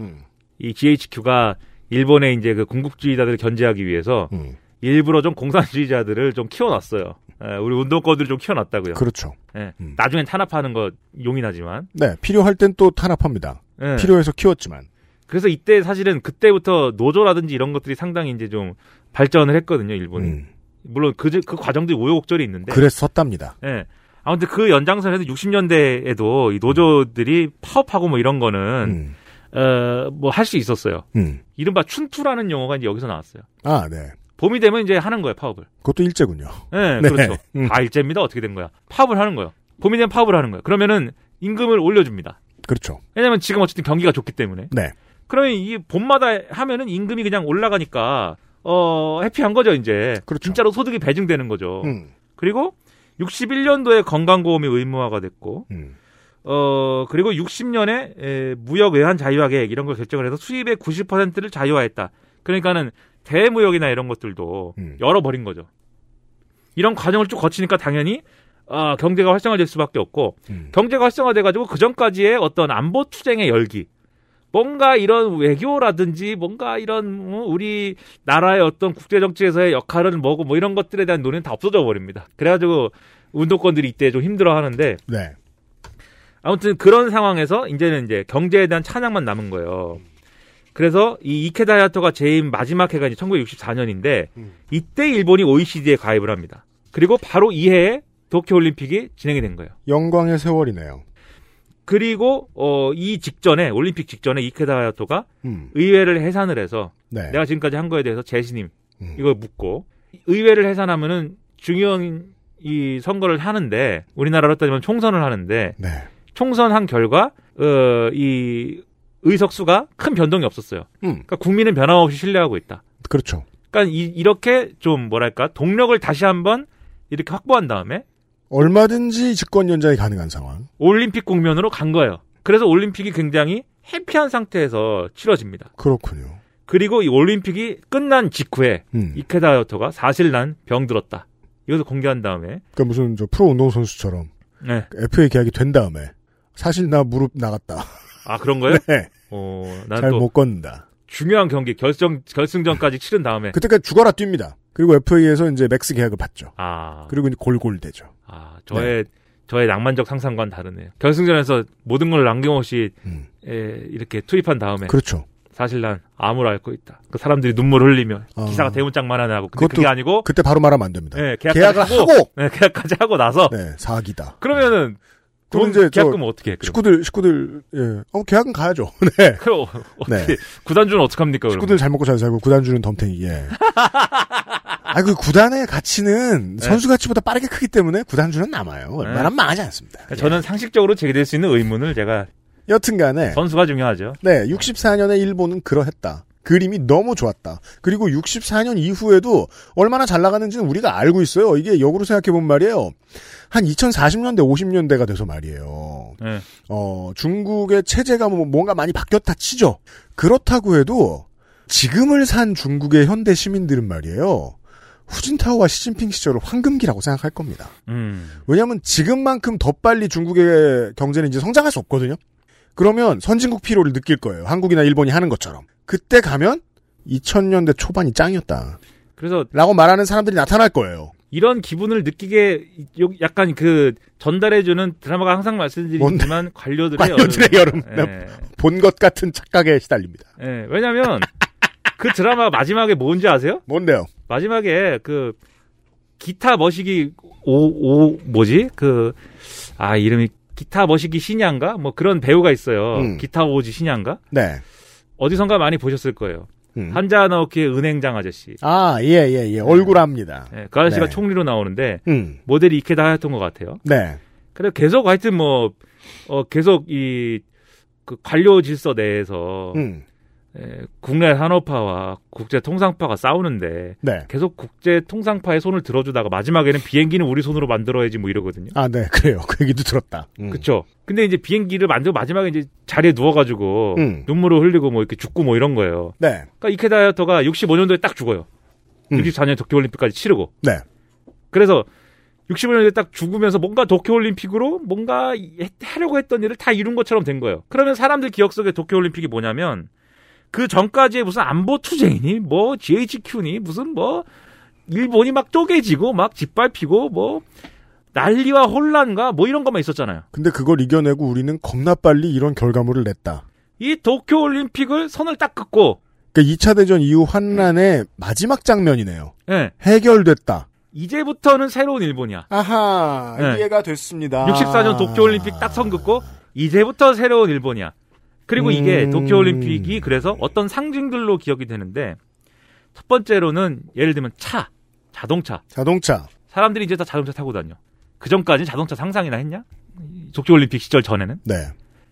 M: 이 GHQ가 일본의 이제 그 군국주의자들을 견제하기 위해서
B: 음,
M: 일부러 좀 공산주의자들을 좀 키워놨어요. 예, 우리 운동권들을 좀 키워놨다고요.
B: 그렇죠.
M: 예, 나중엔 탄압하는 거 용인하지만.
B: 네. 필요할 땐 또 탄압합니다.
M: 네.
B: 필요해서 키웠지만.
M: 그래서 이때 사실은 그때부터 노조라든지 이런 것들이 상당히 이제 좀 발전을 했거든요, 일본이. 물론 그, 그 과정도 우여곡절이 있는데.
B: 음. 그랬었답니다.
M: 예. 아무튼 그 연장선에서 60년대에도 이 노조들이 파업하고 뭐 이런 거는 어, 뭐 할 수 있었어요.
B: 음.
M: 이른바 춘투라는 용어가 이제 여기서 나왔어요.
B: 아, 네.
M: 봄이 되면 이제 하는 거예요, 파업을.
B: 그것도 일제군요.
M: 예,
B: 네.
M: 그렇죠.
B: 음.
M: 다 일제입니다. 어떻게 된 거야? 파업을 하는 거예요. 봄이 되면 파업을 하는 거예요. 그러면은 임금을 올려줍니다.
B: 그렇죠.
M: 왜냐면 지금 어쨌든 경기가 좋기 때문에.
B: 네.
M: 그러면 이 봄마다 하면은 임금이 그냥 올라가니까 어 해피한 거죠 이제 진짜로 소득이 배증되는 거죠.
B: 그렇죠. 음.
M: 그리고 61년도에 건강보험이 의무화가 됐고
B: 음.
M: 어 그리고 60년에 무역 외환 자유화 계획 이런 걸 결정을 해서 수입의 90%를 자유화했다. 그러니까는 대무역이나 이런 것들도 열어버린 거죠. 이런 과정을 쭉 거치니까 당연히 아, 경제가 활성화될 수밖에 없고
B: 음.
M: 경제가 활성화돼가지고 그 전까지의 어떤 안보 투쟁의 열기 뭔가 이런 외교라든지 뭔가 이런 뭐 우리 나라의 어떤 국제 정치에서의 역할은 뭐고 뭐 이런 것들에 대한 논의는 다 없어져 버립니다. 그래가지고 운동권들이 이때 좀 힘들어하는데
B: 네.
M: 아무튼 그런 상황에서 이제는 이제 경제에 대한 찬양만 남은 거예요. 그래서 이 이케다 야토가 재임 마지막 해가 이제 1964년인데 이때 일본이 OECD에 가입을 합니다. 그리고 바로 이 해에 도쿄 올림픽이 진행이 된 거예요.
B: 영광의 세월이네요.
M: 그리고 어, 이 직전에 올림픽 직전에 이케다 하야토가
B: 음.
M: 의회를 해산을 해서
B: 네. 음,
M: 내가 지금까지 한 거에 대해서 재신임 이걸 묻고 의회를 해산하면은 중요한 이 선거를 하는데 우리나라로 따지면 총선을 하는데
B: 네.
M: 총선한 결과 어, 이 의석수가 큰 변동이 없었어요. 그러니까 국민은 변함없이 신뢰하고 있다.
B: 음, 그렇죠.
M: 그러니까 이, 렇게좀 뭐랄까 동력을 다시 한번 이렇게 확보한 다음에
B: 얼마든지 직권 연장이 가능한 상황.
M: 올림픽 국면으로 간 거예요. 그래서 올림픽이 굉장히 해피한 상태에서 치러집니다.
B: 그렇군요.
M: 그리고 이 올림픽이 끝난 직후에
B: 음.
M: 이케다 요토가 사실 난 병들었다. 이것을 공개한 다음에
B: 그러니까 무슨 저 프로 운동 선수처럼
M: 네.
B: FA 계약이 된 다음에 사실 나 무릎 나갔다.
M: 아 그런 거예요?
B: 네.
M: 어,
B: 잘
M: 난또
B: 못 걷는다.
M: 중요한 경기 결정 결승전까지 치른 다음에
B: 그때까지 죽어라 뜁니다. 그리고 FA에서 이제 맥스 계약을 받죠.
M: 아
B: 그리고 이제 골골 되죠.
M: 아,
B: 네.
M: 저의 저의 낭만적 상상과는 다르네요. 결승전에서 모든 걸 남김없이 에, 이렇게 투입한 다음에
B: 음. 그렇죠.
M: 사실 난 암을 앓고 있다. 그 사람들이 눈물 흘리며
B: 아.
M: 기사가 대문짝만 하나 하고 근데 그게 아니고
B: 그때 바로 말하면 안 됩니다.
M: 네,
B: 계약을 하고! 네,
M: 네, 계약까지 하고 나서
B: 사기다.
M: 그러면은
B: 그럼
M: 돈
B: 이제 저
M: 계약금 어떻게 해? 그럼?
B: 식구들 식구들 예. 어 계약은 가야죠. 네.
M: 그럼 어떻게 구단주는 어떻게 합니까? 그럼?
B: 식구들 잘 먹고 잘 살고 구단주는 덤탱이. 예. 아 그 구단의 가치는
M: 네.
B: 선수 가치보다 빠르게 크기 때문에 구단주는 남아요.
M: 네.
B: 얼마나 망하지 않습니다.
M: 저는 상식적으로 제기될 수 있는 의문을 제가
B: 네. 여튼간에
M: 선수가 중요하죠.
B: 네, 64년에 일본은 그러했다. 그림이 너무 좋았다. 그리고 64년 이후에도 얼마나 잘 나가는지는 우리가 알고 있어요. 이게 역으로 생각해본 말이에요. 한 2040년대, 50년대가 돼서 말이에요.
M: 네.
B: 어, 중국의 체제가 뭐- 뭔가 많이 바뀌었다 치죠. 그렇다고 해도 지금을 산 중국의 현대 시민들은 말이에요. 후진타오와 시진핑 시절을 황금기라고 생각할 겁니다.
M: 음.
B: 왜냐하면 지금만큼 더 빨리 중국의 경제는 이제 성장할 수 없거든요. 그러면 선진국 피로를 느낄 거예요. 한국이나 일본이 하는 것처럼. 그때 가면 2000년대 초반이 짱이었다.
M: 그래서
B: 라고 말하는 사람들이 나타날 거예요.
M: 이런 기분을 느끼게 요- 약간 그 전달해주는 드라마가 항상 말씀드리지만 관료들의,
B: 관료들의 여름.
M: 예.
B: 본 것 같은 착각에 시달립니다.
M: 예. 왜냐하면 그 드라마 마지막에 뭔지 아세요?
B: 뭔데요?
M: 마지막에 그 기타 머시기 오, 오 뭐지 그 아 이름이 기타 머시기 신양가 뭐 그런 배우가 있어요.
B: 음.
M: 기타 오지 신양가
B: 네.
M: 어디선가 많이 보셨을 거예요.
B: 음.
M: 한자 넣기의 은행장 아저씨.
B: 아, 예, 예, 예. 얼굴 압니다.
M: 예, 그 아저씨가
B: 네.
M: 총리로 나오는데
B: 음.
M: 모델이 이케다 하였던 것 같아요.
B: 네.
M: 그래 계속 하여튼 뭐 어, 계속 이그 관료 질서 내에서
B: 음.
M: 에, 국내 산업화와 국제 통상파가 싸우는데
B: 네.
M: 계속 국제 통상파의 손을 들어주다가 마지막에는 비행기는 우리 손으로 만들어야지 뭐 이러거든요.
B: 아, 네. 그래요. 그 얘기도 들었다. 음.
M: 그렇죠. 근데 이제 비행기를 만들고 마지막에 이제 자리에 누워가지고
B: 음.
M: 눈물을 흘리고 뭐 이렇게 죽고 뭐 이런 거예요.
B: 네.
M: 그러니까 이케다 야토가 65년도에 딱 죽어요. 64년 도쿄올림픽까지 치르고.
B: 네.
M: 그래서 65년에 딱 죽으면서 뭔가 도쿄올림픽으로 뭔가 이- 하려고 했던 일을 다 이룬 것처럼 된 거예요. 그러면 사람들 기억 속에 도쿄올림픽이 뭐냐면 그 전까지의 무슨 안보 투쟁이니 뭐 GHQ니 무슨 뭐 일본이 막 쪼개지고 막 짓밟히고 뭐 난리와 혼란과 뭐 이런 것만 있었잖아요.
B: 근데 그걸 이겨내고 우리는 겁나 빨리 이런 결과물을 냈다.
M: 이 도쿄올림픽을 선을 딱 긋고
B: 그러니까 2차 대전 이후 환란의 마지막 장면이네요.
M: 예,
B: 해결됐다.
M: 이제부터는 새로운 일본이야.
B: 아하
M: 네.
B: 이해가 됐습니다.
M: 64년 도쿄올림픽 딱 선긋고 이제부터 새로운 일본이야. 그리고 이게
B: 음.
M: 도쿄올림픽이 그래서 어떤 상징들로 기억이 되는데 첫 번째로는 예를 들면 차, 자동차.
B: 자동차.
M: 사람들이 이제 다 자동차 타고 다녀. 그 전까지는 자동차 상상이나 했냐? 도쿄올림픽 시절 전에는.
B: 네.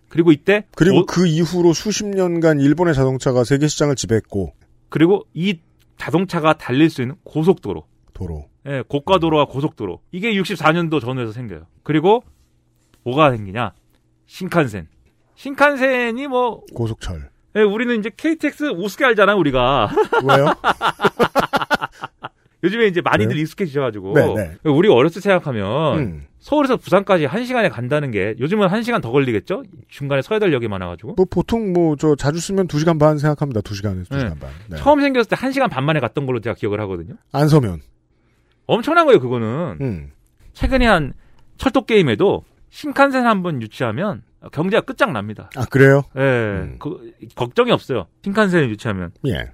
M: 그리고 이때
B: 그리고
M: 오-
B: 그 이후로 수십 년간 일본의 자동차가 세계 시장을 지배했고
M: 그리고 이 자동차가 달릴 수 있는 고속도로.
B: 도로.
M: 예, 고가도로와 고속도로. 이게 64년도 전후에서 생겨요. 그리고 뭐가 생기냐? 신칸센. 신칸센이 뭐
B: 고속철.
M: 예, 우리는 이제 KTX 우습게 알잖아, 우리가.
B: 왜요?
M: 요즘에 이제 많이들
B: 그래요?
M: 익숙해지셔가지고.
B: 네, 네.
M: 우리 어렸을 때 생각하면,
B: 음.
M: 서울에서 부산까지 한시간에 간다는 게, 요즘은 한시간더 걸리겠죠? 중간에 서야 될 역이 많아가지고.
B: 뭐 보통 뭐 저 자주 쓰면 2시간 반 생각합니다. 2시간에서 2시간 반. 네.
M: 처음 생겼을 때 한시간반 만에 갔던 걸로 제가 기억을 하거든요.
B: 안 서면.
M: 엄청난 거예요, 그거는.
B: 음.
M: 최근에 한 철도 게임에도 신칸센 한 번 유치하면 경제가 끝장납니다.
B: 아, 그래요?
M: 예, 그- 걱정이 없어요. 신칸센을 유치하면.
B: 예.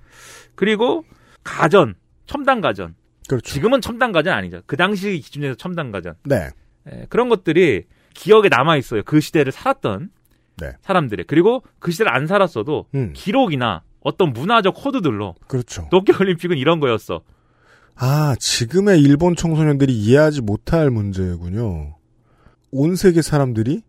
M: 그리고 가전, 첨단 가전.
B: 그렇죠.
M: 지금은 첨단 가전 아니죠. 그 당시 기준에서 첨단 가전.
B: 네.
M: 예, 그런 것들이 기억에 남아 있어요. 그 시대를 살았던
B: 네.
M: 사람들의 그리고 그 시대를 안 살았어도
B: 음.
M: 기록이나 어떤 문화적 코드들로
B: 그렇죠.
M: 도쿄올림픽은 이런 거였어.
B: 아, 지금의 일본 청소년들이 이해하지 못할 문제군요. 온 세계 사람들이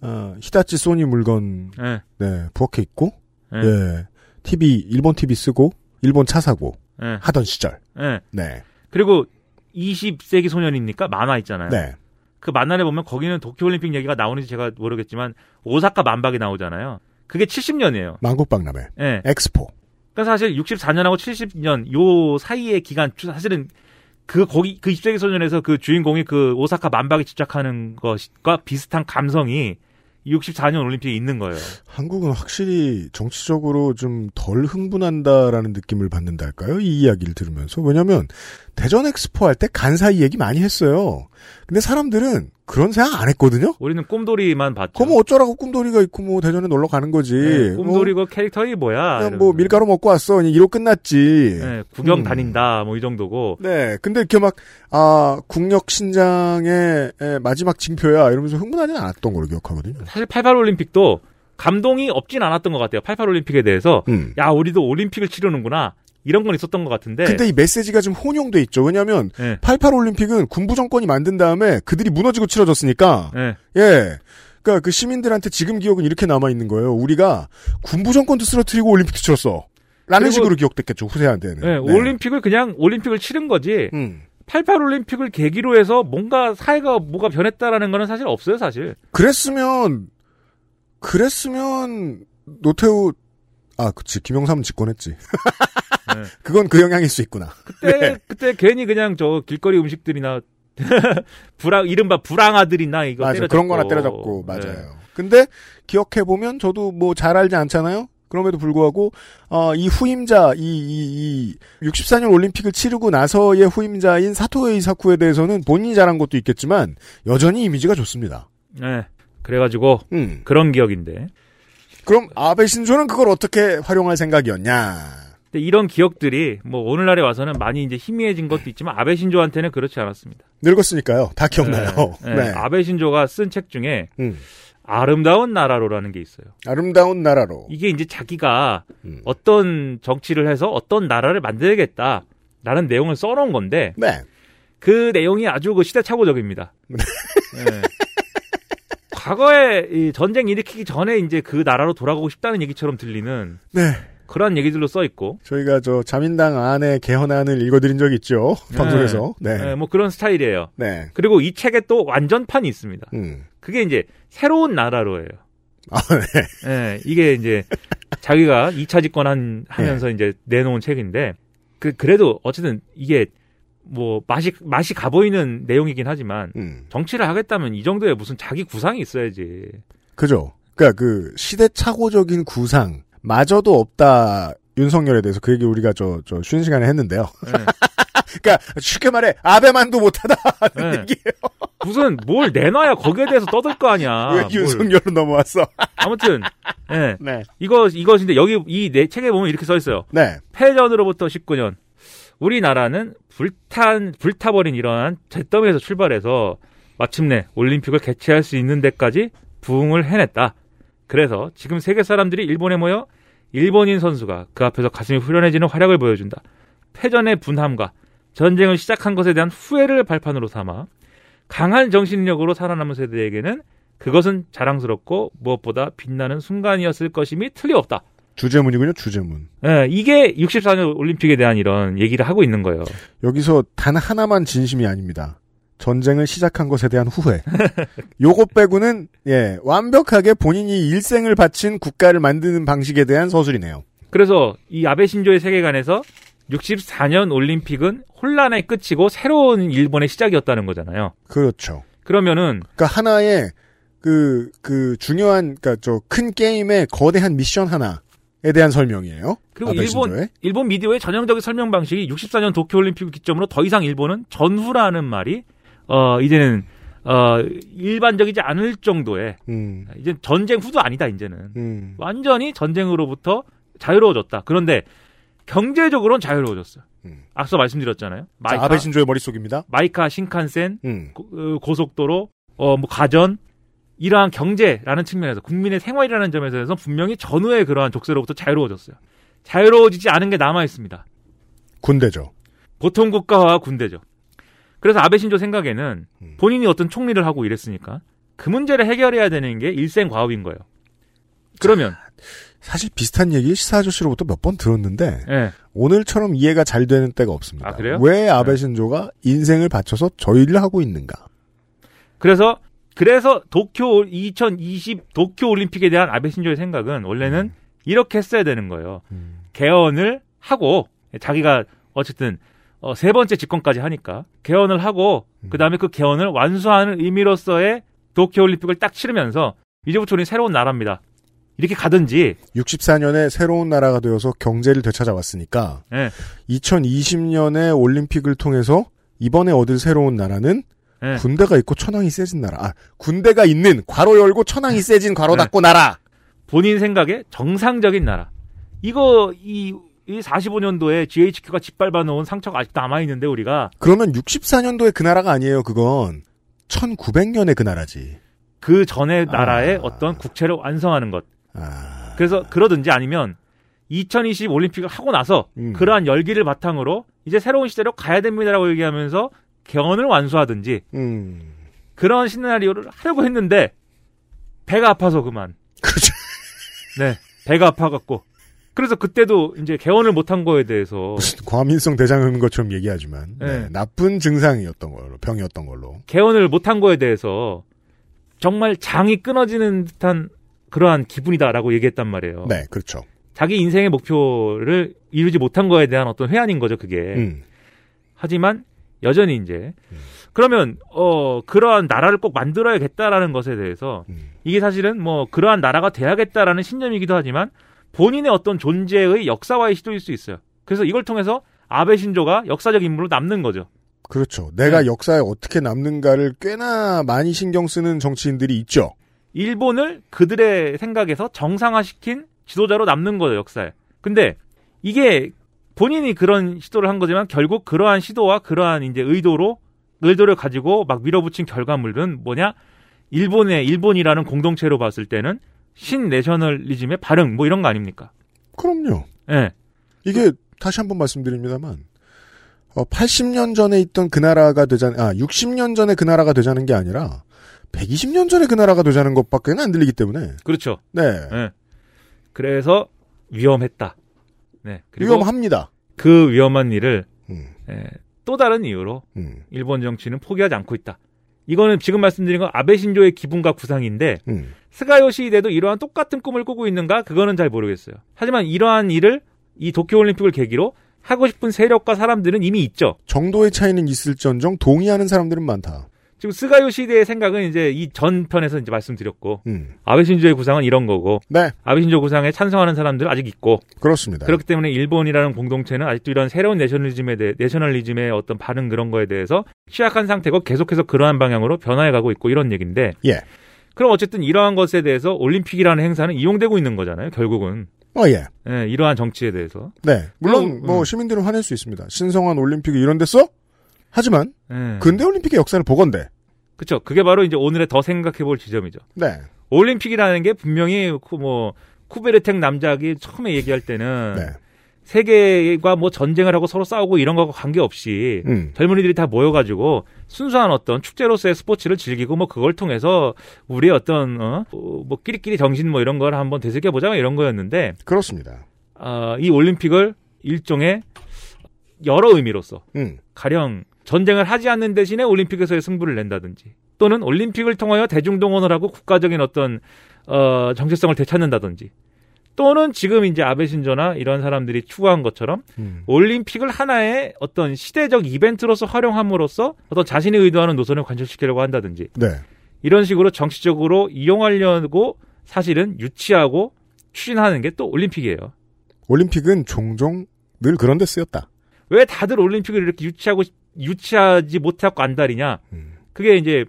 B: 아, 히다치 소니 물건
M: 예.
B: 네, 부엌에 있고
M: 예.
B: 예. TV 일본 TV 쓰고 일본 차 사고
M: 예.
B: 하던 시절.
M: 예.
B: 네.
M: 그리고 20세기 소년입니까? 만화 있잖아요.
B: 네.
M: 그 만화를 보면 거기는 도쿄올림픽 얘기가 나오는지 제가 모르겠지만 오사카 만박이 나오잖아요. 그게 70년이에요.
B: 만국박람회.
M: 예.
B: 엑스포.
M: 그러니까 사실 64년하고 70년 요 사이의 기간 주- 사실은 그 거기 그 20세기 소년에서 그 주인공이 그 오사카 만박에 집착하는 것과 비슷한 감성이 64년 올림픽에 있는 거예요.
B: 한국은 확실히 정치적으로 좀 덜 흥분한다라는 느낌을 받는달까요? 이 이야기를 들으면서. 왜냐면, 대전 엑스포 할 때 간사이 얘기 많이 했어요. 근데 사람들은 그런 생각 안 했거든요?
M: 우리는 꼼돌이만 봤죠.
B: 그럼 어쩌라고 꿈돌이가 있고 뭐 대전에 놀러 가는 거지.
M: 네, 꼼돌이
B: 뭐,
M: 그 캐릭터이 뭐야?
B: 그냥 뭐 밀가루 먹고 왔어. 그냥 이로 끝났지.
M: 이러면서. 네, 구경
B: 음.
M: 다닌다 뭐 이 정도고.
B: 네, 근데 이렇게 막, 아, 국력 신장의 에, 마지막 징표야. 이러면서 흥분하지는 않았던 걸로 기억하거든요.
M: 사실 88 올림픽도 감동이 없진 않았던 것 같아요. 88 올림픽에 대해서
B: 음.
M: 야 네. 우리도 올림픽을 치르는구나 이런 건 있었던 것 같은데.
B: 근데 이 메시지가 좀 혼용돼 있죠. 왜냐하면
M: 네.
B: 88 올림픽은 군부 정권이 만든 다음에 그들이 무너지고 치러졌으니까
M: 네.
B: 예. 그러니까 그 시민들한테 지금 기억은 이렇게 남아 있는 거예요. 우리가 군부 정권도 쓰러뜨리고 올림픽도 치렀어. 라는
M: 그리고-
B: 식으로 기억됐겠죠. 후세한테는.
M: 네, 올림픽을 그냥 올림픽을 치른
B: 음.
M: 거지. 88 올림픽을 계기로 해서 뭔가 사회가 뭐가 변했다라는 거는 사실 없어요, 사실.
B: 그랬으면 그랬으면 노태우 아, 그치. 김영삼은 집권했지.
M: 네.
B: 그건 그 영향일 수 있구나.
M: 그때
B: 네.
M: 그때 괜히 그냥 저 길거리 음식들이나 불황 이른바 불황아들이나 이거
B: 맞아.
M: 때려잡고. 네.
B: 그런 거나 때려잡고, 맞아요. 근데 기억해보면 저도 뭐 잘 알지 않잖아요? 그럼에도 불구하고, 어, 이 후임자, 이, 이, 이, 64년 올림픽을 치르고 나서의 후임자인 사토의 사쿠에 대해서는 본인이 잘한 것도 있겠지만, 여전히 이미지가 좋습니다. 음.
M: 네. 그래가지고 그런 기억인데.
B: 그럼 아베 신조는 그걸 어떻게 활용할 생각이었냐?
M: 근데 이런 기억들이 뭐 오늘날에 와서는 많이 이제 희미해진 것도 있지만 아베 신조한테는 그렇지 않았습니다.
B: 늙었으니까요. 다 기억나요.
M: 네,
B: 네. 음.
M: 네. 아베 신조가 쓴 책 중에 아름다운 나라로라는 게 있어요.
B: 아름다운 나라로.
M: 이게 이제 자기가 어떤 정치를 해서 어떤 나라를 만들겠다라는 내용을 써놓은 건데
B: 네.
M: 그 내용이 아주 그 시대착오적입니다. 네. 과거에 이 전쟁 일으키기 전에 이제 그 나라로 돌아가고 싶다는 얘기처럼 들리는
B: 네.
M: 그런 얘기들로 써 있고
B: 저희가 저 자민당 안에 개헌안을 읽어드린 적이 있죠. 방송에서. 네.
M: 뭐 그런 스타일이에요.
B: 네. 음.
M: 그리고 이 책에 또 완전판이 있습니다. 그게 이제 새로운 나라로예요.
B: 아,
M: 네. 이게 이제 자기가 2차 집권 한,
B: 네.
M: 하면서 이제 내놓은 책인데 그 그래도 어쨌든 이게 뭐 맛이 맛이 가보이는 내용이긴 하지만
B: 음.
M: 정치를 하겠다면 이 정도의 무슨 자기 구상이 있어야지.
B: 그죠. 그러니까 그 시대착오적인 구상 마저도 없다 윤석열에 대해서 그 얘기 우리가 저 저 쉬는 시간에 했는데요.
M: 예,
B: 그러니까 쉽게 말해 아베만도 못하다 하는
M: 네.
B: 얘기예요.
M: 무슨 뭘 내놔야 거기에 대해서 떠들 거 아니야.
B: 왜 윤석열로 넘어왔어?
M: 아무튼 예.
B: 네.
M: 이거 이것인데 여기 이 내 책에 보면 이렇게 써 있어요.
B: 네.
M: 패전으로부터 19년 우리나라는 불탄 불타버린 이러한 잿더미에서 출발해서 마침내 올림픽을 개최할 수 있는 데까지 부흥을 해냈다. 그래서 지금 세계 사람들이 일본에 모여 일본인 선수가 그 앞에서 가슴이 후련해지는 활약을 보여준다. 패전의 분함과 전쟁을 시작한 것에 대한 후회를 발판으로 삼아 강한 정신력으로 살아남은 세대에게는 그것은 자랑스럽고 무엇보다 빛나는 순간이었을 것임이 틀림없다.
B: 주제문이군요, 주제문.
M: 예, 이게 64년 올림픽에 대한 이런 얘기를 하고 있는 거예요.
B: 여기서 단 하나만 진심이 아닙니다. 전쟁을 시작한 것에 대한 후회. 요거 빼고는 예 완벽하게 본인이 일생을 바친 국가를 만드는 방식에 대한 서술이네요.
M: 그래서 이 아베 신조의 세계관에서 64년 올림픽은 혼란의 끝이고 새로운 일본의 시작이었다는 거잖아요.
B: 그렇죠.
M: 그러면은
B: 그러니까 하나의 그, 그 중요한, 그니까 저 큰 게임의 거대한 미션 하나에 대한 설명이에요.
M: 그리고
B: 아베
M: 일본
B: 신조의.
M: 일본 미디어의 전형적인 설명 방식이 64년 도쿄 올림픽을 기점으로 더 이상 일본은 전후라는 말이 어 이제는 어 일반적이지 않을 정도의
B: 음.
M: 이제 전쟁 후도 아니다 이제는
B: 음.
M: 완전히 전쟁으로부터 자유로워졌다. 그런데 경제적으로는 자유로워졌어요. 앞서 말씀드렸잖아요.
B: 자, 아베 신조의 머릿속입니다.
M: 마이카 신칸센
B: 음.
M: 고, 속도로 어 뭐 가전 이러한 경제라는 측면에서 국민의 생활이라는 점에서 분명히 전후의 그러한 족쇄로부터 자유로워졌어요. 자유로워지지 않은 게 남아 있습니다.
B: 군대죠.
M: 보통 국가와 군대죠. 그래서 아베 신조 생각에는 본인이 어떤 총리를 하고 이랬으니까 그 문제를 해결해야 되는 게 일생 과업인 거예요. 그러면
B: 사실 비슷한 얘기를 시사 아저씨로부터 몇 번 들었는데
M: 예.
B: 오늘처럼 이해가 잘 되는 때가 없습니다.
M: 아, 그래요?
B: 왜 아베 신조가 인생을 바쳐서 저 일을 하고 있는가?
M: 그래서 그래서 도쿄 올- 2020 도쿄 올림픽에 대한 아베 신조의 생각은 원래는 이렇게 했어야 되는 거예요. 개헌을 하고 자기가 어쨌든 어, 세 번째 집권까지 하니까 개헌을 하고 그다음에 그 개헌을 완수하는 의미로서의 도쿄 올림픽을 딱 치르면서 이제부터 우리는 새로운 나라입니다. 이렇게 가든지
B: 64년에 새로운 나라가 되어서 경제를 되찾아왔으니까
M: 예.
B: 2020년에 올림픽을 통해서 이번에 얻을 새로운 나라는
M: 예.
B: 군대가 있고 천황이 세진 나라. 아, 군대가 있는 괄호 열고 천황이 세진 괄호
M: 네.
B: 닫고 나라.
M: 본인 생각에 정상적인 나라. 이거 이, 이 45년도에 GHQ가 짓밟아 놓은 상처가 아직도 남아 있는데 우리가
B: 그러면 64년도에 그 나라가 아니에요. 그건 1900년에 그 나라지.
M: 그 전에 나라의 어떤 국채를 완성하는 것.
B: 아.
M: 그래서 그러든지 아니면 2020 올림픽을 하고 나서 그러한 열기를 바탕으로 이제 새로운 시대로 가야 됩니다라고 얘기하면서 개헌을 완수하든지 음. 그런 시나리오를 하려고 했는데 배가 아파서 그만.
B: 그렇죠.
M: 네, 배가 아파갖고 그래서 그때도 이제 개헌을 못한 거에 대해서
B: 과민성 대장인 것처럼 얘기하지만 네,
M: 네.
B: 나쁜 증상이었던 걸로 병이었던 걸로.
M: 개헌을 못한 거에 대해서 정말 장이 끊어지는 듯한 그러한 기분이다라고 얘기했단 말이에요.
B: 네, 그렇죠.
M: 자기 인생의 목표를 이루지 못한 거에 대한 어떤 회한인 거죠, 그게.
B: 음.
M: 하지만 여전히 이제 그러면 어 그러한 나라를 꼭 만들어야겠다라는 것에 대해서
B: 음.
M: 이게 사실은 뭐 그러한 나라가 돼야겠다라는 신념이기도 하지만 본인의 어떤 존재의 역사와의 시도일 수 있어요. 그래서 이걸 통해서 아베 신조가 역사적 인물로 남는 거죠.
B: 그렇죠. 내가
M: 네.
B: 역사에 어떻게 남는가를 꽤나 많이 신경 쓰는 정치인들이 있죠.
M: 일본을 그들의 생각에서 정상화시킨 지도자로 남는 거죠, 역사에. 근데 이게 본인이 그런 시도를 한 거지만 결국 그러한 시도와 그러한 이제 의도로 의도를 가지고 막 밀어붙인 결과물은 뭐냐? 일본의 일본이라는 공동체로 봤을 때는 신내셔널리즘의 발흥 뭐 이런 거 아닙니까?
B: 그럼요.
M: 예.
B: 이게 다시 한번 말씀드립니다만, 어, 80년 전에 있던 그 나라가 되자는, 아, 60년 전에 그 나라가 되자는 게 아니라, 120년 전에 그 나라가 되자는 것밖에는 안 들리기 때문에.
M: 그렇죠.
B: 네.
M: 예. 그래서 위험했다. 네. 그리고
B: 위험합니다.
M: 그 위험한 일을
B: 음.
M: 예, 또 다른 이유로 일본 정치는 포기하지 않고 있다. 이거는 지금 말씀드린 건 아베 신조의 기분과 구상인데
B: 음.
M: 스가요시 이대도 이러한 똑같은 꿈을 꾸고 있는가 그거는 잘 모르겠어요. 하지만 이러한 일을 이 도쿄올림픽을 계기로 하고 싶은 세력과 사람들은 이미 있죠.
B: 정도의 차이는 있을전정 동의하는 사람들은 많다.
M: 지금 스가요시 이대의 생각은 이제 이 전편에서 이제 말씀드렸고
B: 음. 네.
M: 아베 신조의 구상은 이런 거고 아베 신조 구상에 찬성하는 사람들은 아직 있고
B: 그렇습니다.
M: 그렇기 때문에 일본이라는 공동체는 아직도 이런 새로운 내셔널리즘에 대해 내셔널리즘의 어떤 반응 그런 거에 대해서 취약한 상태고 계속해서 그러한 방향으로 변화해 가고 있고 이런 얘기인데
B: 예.
M: 그럼 어쨌든 이러한 것에 대해서 올림픽이라는 행사는 이용되고 있는 거잖아요 결국은
B: 어, 예.
M: 예, 이러한 정치에 대해서
B: 네. 물론, 뭐, 시민들은 화낼 수 있습니다. 신성한 올림픽이 이런 데 써? 하지만,
M: 예.
B: 근대 올림픽의 역사를 보건대.
M: 그렇죠 그게 바로 이제 오늘의 더 생각해 볼 지점이죠
B: 네.
M: 올림픽이라는 게 분명히 그 뭐 쿠베르텍 남작이 처음에 얘기할 때는
B: 네.
M: 세계가 뭐 전쟁을 하고 서로 싸우고 이런 거하고 관계없이
B: 음.
M: 젊은이들이 다 모여가지고 순수한 어떤 축제로서의 스포츠를 즐기고 뭐 그걸 통해서 우리의 어떤 어, 어, 뭐 끼리끼리 정신 뭐 이런 걸 한번 되새겨 보자 이런 거였는데
B: 그렇습니다.
M: 아, 이 올림픽을 일종의 여러 의미로서
B: 음.
M: 가령 전쟁을 하지 않는 대신에 올림픽에서의 승부를 낸다든지 또는 올림픽을 통하여 대중동원을 하고 국가적인 어떤 어, 정체성을 되찾는다든지 또는 지금 이제 아베 신조나 이런 사람들이 추구한 것처럼
B: 음.
M: 올림픽을 하나의 어떤 시대적 이벤트로서 활용함으로써 어떤 자신이 의도하는 노선을 관철시키려고 한다든지
B: 네.
M: 이런 식으로 정치적으로 이용하려고 사실은 유치하고 추진하는 게 또 올림픽이에요.
B: 올림픽은 종종 늘 그런 데 쓰였다.
M: 왜 다들 올림픽을 이렇게 유치하고 싶- 유치하지 못하고 안달이냐? 그게 이제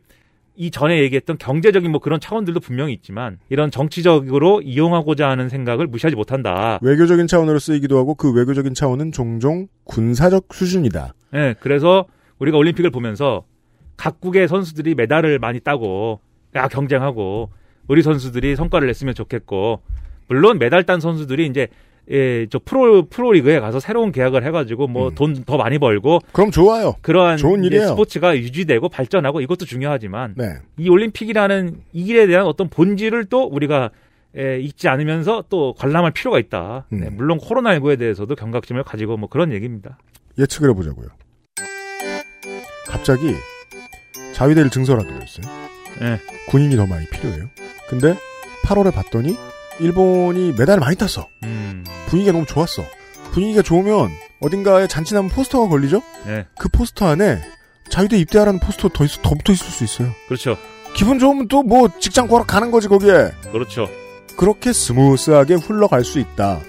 M: 이 전에 얘기했던 경제적인 뭐 그런 차원들도 분명히 있지만 이런 정치적으로 이용하고자 하는 생각을 무시하지
B: 아.
M: 못한다.
B: 외교적인 차원으로 쓰이기도 하고 그 외교적인 차원은 종종 군사적 수준이다.
M: 예, 그래서 우리가 올림픽을 보면서 각국의 선수들이 메달을 많이 따고 야 경쟁하고 우리 선수들이 성과를 냈으면 좋겠고 물론 메달 딴 선수들이 이제 예, 저 프로 프로리그에 가서 새로운 계약을 해가지고 뭐 돈 더 많이 벌고
B: 그럼 좋아요.
M: 그러한
B: 음. 좋은
M: 이제
B: 일이에요.
M: 스포츠가 유지되고 발전하고 이것도 중요하지만
B: 네.
M: 이 올림픽이라는 이 일에 대한 어떤 본질을 또 우리가 에, 잊지 않으면서 또 관람할 필요가 있다. 네,
B: 음.
M: 물론 코로나19에 대해서도 경각심을 가지고 뭐 그런 얘기입니다.
B: 예측을 해보자고요. 갑자기 자위대를 증설하기로 했어요.
M: 예.
B: 군인이 더 많이 필요해요. 근데 8월에 봤더니 일본이 메달을 많이 땄어.
M: 음,
B: 분위기가 너무 좋았어. 분위기가 좋으면 어딘가에 잔치나면 포스터가 걸리죠?
M: 예.
B: 그 포스터 안에 자위대 입대하라는 포스터 더, 있, 더 붙어 있을 수 있어요.
M: 그렇죠.
B: 기분 좋으면 또 뭐 직장 구하러 가는 거지 거기에.
M: 그렇죠.
B: 그렇게 스무스하게 흘러갈 수 있다.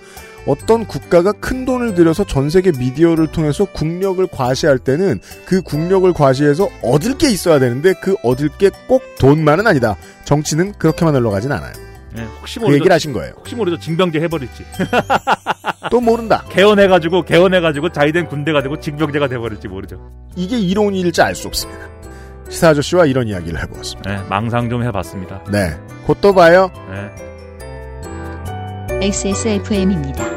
B: 어떤 국가가 큰 돈을 들여서 전 세계 미디어를 통해서 국력을 과시할 때는 그 국력을 과시해서 얻을 게 있어야 되는데 그 얻을 게 꼭 돈만은 아니다. 정치는 그렇게만 흘러가진 않아요.
M: 예, 혹시
B: 그
C: 뭐
M: 모르죠.
B: 얘기를 하신 거예요.
M: 혹시 모르죠. 징병제 해버릴지.
B: 또 모른다.
M: 개헌해가지고 개헌해가지고 자위된 군대가 되고 징병제가 돼버릴지 모르죠.
B: 이게 이론일지 알 수 없습니다. 시사 아저씨와 이런 이야기를 해보았습니다.
M: 예, 망상 좀 해봤습니다.
B: 네. 곧 또 봐요.
M: 네.
A: XSFM입니다.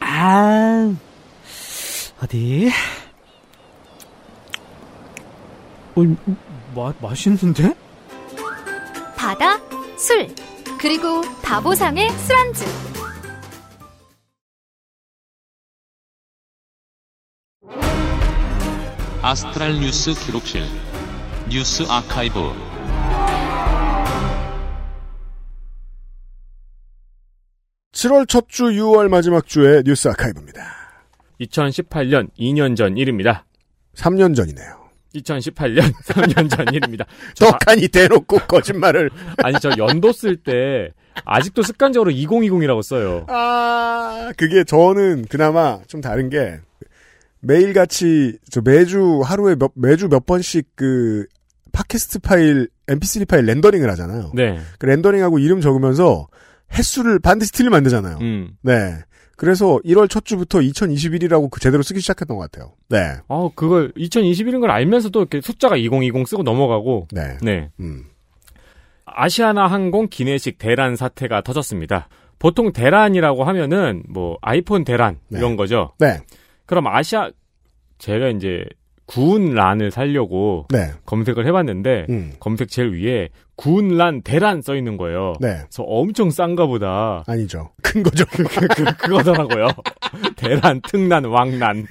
O: 아, 어디? 어, 마, 맛있는데?
N: 바다, 술, 그리고 바보상의 술안주.
Q: 아스트랄 뉴스 기록실 뉴스 아카이브
B: 칠월 첫 주, 6월 마지막 주의 뉴스 아카이브입니다.
C: 2018년 2년 전 일입니다.
B: 3년 전이네요.
C: 2018년 3년 전 일입니다. 아-
B: 떡하니 대놓고 거짓말을.
C: 아니 저 연도 쓸 때 아직도 습관적으로 2020이라고 써요.
B: 아, 그게 저는 그나마 좀 다른 게 매일같이 저 매주 하루에 몇, 매주 몇 번씩 그 팟캐스트 파일, mp3 파일 렌더링을 하잖아요.
C: 네.
B: 그 렌더링하고 이름 적으면서 횟수를 반드시 틀리면 안 되잖아요.
C: 음.
B: 네. 그래서 1월 첫 주부터 2021이라고 그 제대로 쓰기 시작했던 것 같아요. 네.
C: 아, 그걸 2021인 걸 알면서도 이렇게 숫자가 2020 쓰고 넘어가고
B: 네.
C: 아시아나 항공 기내식 대란 사태가 터졌습니다. 보통 대란이라고 하면은 뭐 아이폰 대란 이런 거죠.
B: 네.
C: 그럼 아시아 제가 이제 구운 란을 살려고
B: 네.
C: 검색을
B: 음.
C: 해봤는데 검색 제일 위에 구운 란 대란 써 있는 거예요.
B: 네.
C: 그래서 엄청 싼가 보다.
B: 아니죠. 큰 거죠.
C: 그, 그, 그, 그거더라고요. 대란, 특난, 왕란.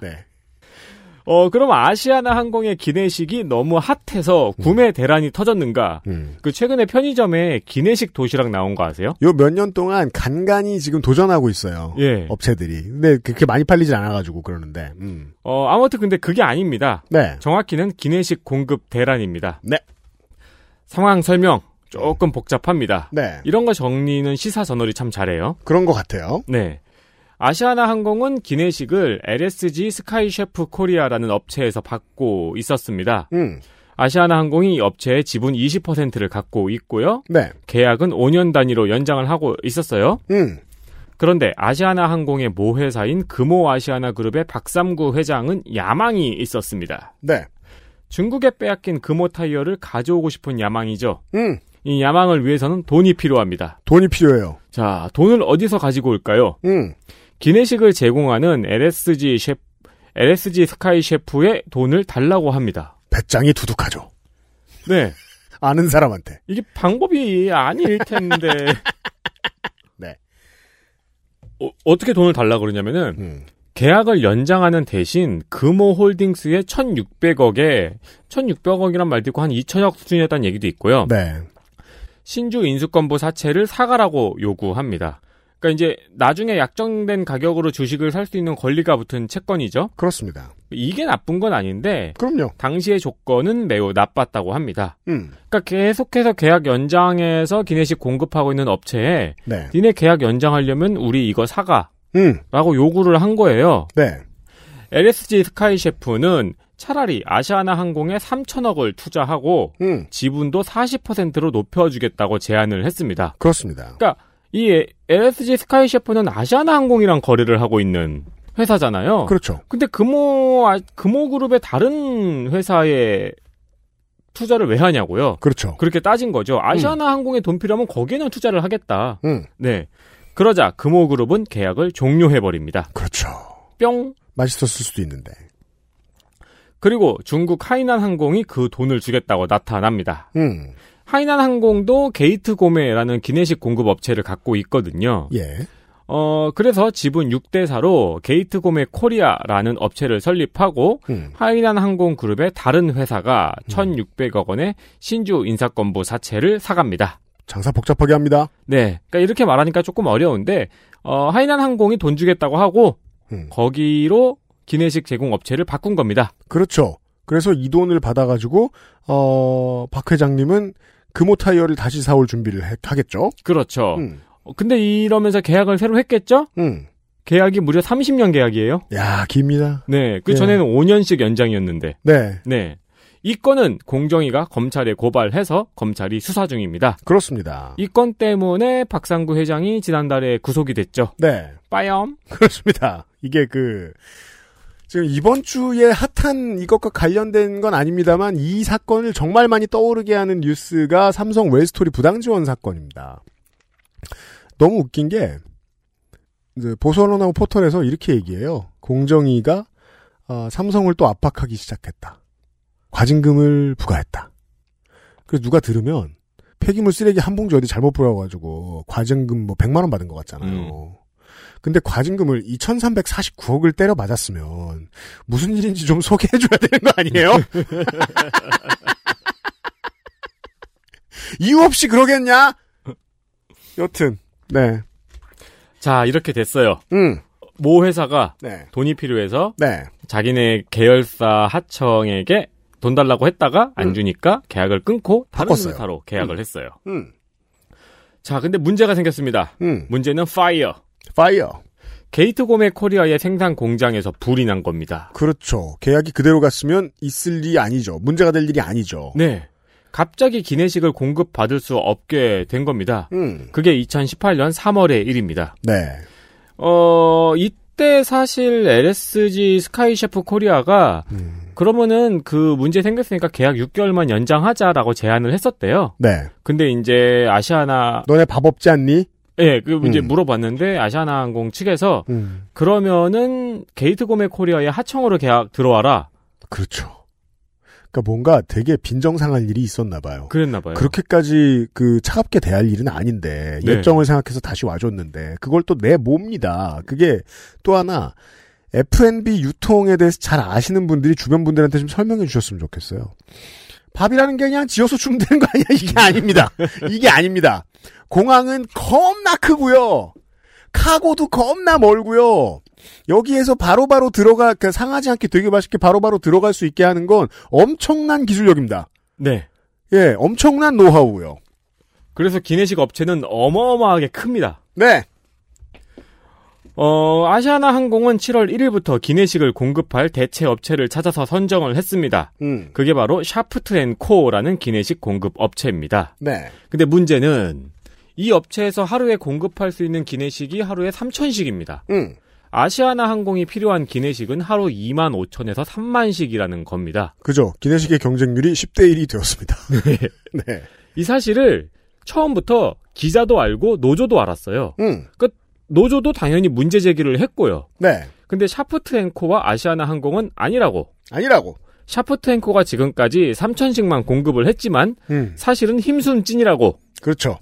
B: 네.
C: 어, 그럼 아시아나 항공의 기내식이 너무 핫해서 구매 대란이 터졌는가? 그 최근에 편의점에 기내식 도시락 나온 거 아세요?
B: 음. 요 몇 년 동안 간간히 지금 도전하고 있어요.
C: 예.
B: 업체들이. 근데 그렇게 많이 팔리진 않아가지고 그러는데. 음.
C: 어, 아무튼 근데 그게 아닙니다.
B: 네.
C: 정확히는 기내식 공급 대란입니다.
B: 네.
C: 상황 설명 조금 복잡합니다.
B: 네.
C: 이런 거 정리는 시사 저널이 참 잘해요.
B: 그런 것 같아요.
C: 네. 아시아나 항공은 기내식을 LSG 스카이 셰프 코리아라는 업체에서 받고 있었습니다.
B: 음.
C: 아시아나 항공이 이 업체의 지분 20%를 갖고 있고요.
B: 네.
C: 계약은 5년 단위로 연장을 하고 있었어요.
B: 음.
C: 그런데 아시아나 항공의 모회사인 금호 아시아나 그룹의 박삼구 회장은 야망이 있었습니다.
B: 네.
C: 중국에 빼앗긴 금호 타이어를 가져오고 싶은 야망이죠.
B: 음.
C: 이 야망을 위해서는 돈이 필요합니다.
B: 돈이 필요해요.
C: 자, 돈을 어디서 가지고 올까요?
B: 음.
C: 기내식을 제공하는 LSG 셰프, LSG 스카이 셰프의 돈을 달라고 합니다.
B: 배짱이 두둑하죠.
C: 네.
B: 아는 사람한테.
C: 이게 방법이 아닐 텐데.
B: 네.
C: 어, 떻게 돈을 달라 그러냐면은 계약을 연장하는 대신 금호 홀딩스의 1,600억에 1,600억이란 말도 있고 한 2천억 수준이었다는 어. 얘기도 있고요.
B: 네.
C: 신주 인수권부 사채를 사가라고 요구합니다. 그러니까 이제 나중에 약정된 가격으로 주식을 살 수 있는 권리가 붙은 채권이죠.
B: 그렇습니다.
C: 이게 나쁜 건 아닌데
B: 그럼요.
C: 당시의 조건은 매우 나빴다고 합니다.
B: 음.
C: 그러니까 계속해서 계약 연장해서 기내식 공급하고 있는 업체에
B: 네.
C: 니네 계약 연장하려면 우리 이거 사가
B: 음.
C: 라고 요구를 한 거예요.
B: 네.
C: LSG 스카이 셰프는 차라리 아시아나 항공에 3천억을 투자하고
B: 음.
C: 지분도 40%로 높여주겠다고 제안을 했습니다.
B: 그렇습니다.
C: 그러니까 이 LSG 스카이 셰프는 아시아나 항공이랑 거래를 하고 있는 회사잖아요.
B: 그렇죠.
C: 근데 금호 아, 금호그룹의 다른 회사에 투자를 왜 하냐고요.
B: 그렇죠.
C: 그렇게 따진 거죠. 아시아나 항공에 돈 필요하면 거기에는 투자를 하겠다.
B: 음.
C: 네. 그러자 금호그룹은 계약을 종료해 버립니다.
B: 그렇죠.
C: 뿅.
B: 맛있었을 수도 있는데.
C: 그리고 중국 하이난 항공이 그 돈을 주겠다고 나타납니다.
B: 음.
C: 하이난 항공도 게이트 고메라는 기내식 공급 업체를 갖고 있거든요.
B: 예.
C: 어, 그래서 지분 6대 4로 게이트 고메 코리아라는 업체를 설립하고
B: 음.
C: 하이난 항공 그룹의 다른 회사가 1,600억 원의 신주 인사권부 사채를 사갑니다.
B: 장사 복잡하게 합니다.
C: 네. 그러니까 이렇게 말하니까 조금 어려운데 어, 하이난 항공이 돈 주겠다고 하고
B: 음,
C: 거기로 기내식 제공 업체를 바꾼 겁니다.
B: 그렇죠. 그래서 이 돈을 받아가지고 어, 박 회장님은 금호 타이어를 다시 사올 준비를 해- 하겠죠.
C: 그렇죠.
B: 음.
C: 어, 근데 이러면서 계약을 새로 했겠죠?
B: 음.
C: 계약이 무려 30년 계약이에요.
B: 야 깁니다.
C: 네. 그
B: 예.
C: 전에는 5년씩 연장이었는데.
B: 네.
C: 네. 이 건은 공정위가 검찰에 고발해서 검찰이 수사 중입니다.
B: 그렇습니다.
C: 이 건 때문에 박상구 회장이 지난달에 구속이 됐죠.
B: 네.
C: 빠염.
B: 그렇습니다. 이게 그 지금 이번 주에 핫한 이것과 관련된 건 아닙니다만 이 사건을 정말 많이 떠오르게 하는 뉴스가 삼성 웰스토리 부당 지원 사건입니다. 너무 웃긴 게 이제 보수언론하고 포털에서 이렇게 얘기해요. 공정위가 아, 삼성을 또 압박하기 시작했다. 과징금을 부과했다. 그래서 누가 들으면 폐기물 쓰레기 한 봉지 어디 잘못 뿌려가지고 과징금 뭐 100만 원 받은 것 같잖아요. 근데 과징금을 2,349억을 때려 맞았으면 무슨 일인지 좀 소개해줘야 되는 거 아니에요? 이유 없이 그러겠냐? 여튼 네.
C: 자, 이렇게 됐어요.
B: 음.
C: 모 회사가
B: 네.
C: 돈이 필요해서
B: 네.
C: 자기네 계열사 하청에게 돈 달라고 했다가 안 주니까 계약을 끊고 다른
B: 음. 바꿨어요.
C: 회사로 계약을 했어요.
B: 음.
C: 자, 근데 문제가 생겼습니다.
B: 음.
C: 문제는 파이어.
B: 파이어.
C: 게이트 고메 코리아의 생산 공장에서 불이 난 겁니다.
B: 그렇죠. 계약이 그대로 갔으면 있을 일이 아니죠. 문제가 될 일이 아니죠.
C: 네. 갑자기 기내식을 공급받을 수 없게 된 겁니다.
B: 음.
C: 그게 2018년 3월의 일입니다.
B: 네.
C: 어, 이때 사실 LSG 스카이 셰프 코리아가 그러면은 그 문제 생겼으니까 계약 6개월만 연장하자라고 제안을 했었대요.
B: 네.
C: 근데 이제 아시아나
B: 너네 밥 없지 않니?
C: 예, 그 이제
B: 음.
C: 물어봤는데 아시아나 항공 측에서
B: 음.
C: 그러면은 게이트 고메 코리아의 하청으로 계약 들어와라.
B: 그렇죠. 그러니까 뭔가 되게 빈정상할 일이 있었나 봐요.
C: 그랬나 봐요.
B: 그렇게까지 그 차갑게 대할 일은 아닌데
C: 네.
B: 열정을 생각해서 다시 와줬는데 그걸 또 내 몹니다. 그게 또 하나 F&B 유통에 대해서 잘 아시는 분들이 주변 분들한테 좀 설명해 주셨으면 좋겠어요. 밥이라는 게 그냥 지어서 주면 되는 거 아니야? 이게 아닙니다. 이게 아닙니다. 공항은 겁나 크고요. 카고도 겁나 멀고요. 여기에서 바로바로 들어가 그 상하지 않게 되게 맛있게 바로바로 들어갈 수 있게 하는 건 엄청난 기술력입니다.
C: 네.
B: 예, 엄청난 노하우요.
C: 그래서 기내식 업체는 어마어마하게 큽니다.
B: 네.
C: 어, 아시아나 항공은 7월 1일부터 기내식을 공급할 대체 업체를 찾아서 선정을 했습니다.
B: 음.
C: 그게 바로 샤프트 앤 코라는 기내식 공급 업체입니다.
B: 네.
C: 근데 문제는 이 업체에서 하루에 공급할 수 있는 기내식이 하루에 3,000식입니다.
B: 음.
C: 아시아나 항공이 필요한 기내식은 하루 2만 5천에서 3만식이라는 겁니다.
B: 그죠. 기내식의 경쟁률이 10대 1이 되었습니다. 네.
C: 이 사실을 처음부터 기자도 알고 노조도 알았어요.
B: 음.
C: 그 노조도 당연히 문제 제기를 했고요.
B: 네.
C: 근데 샤프트앤코와 아시아나 항공은 아니라고.
B: 아니라고.
C: 샤프트앤코가 지금까지 3천씩만 공급을 했지만
B: 음.
C: 사실은 힘순 찐이라고.
B: 그렇죠.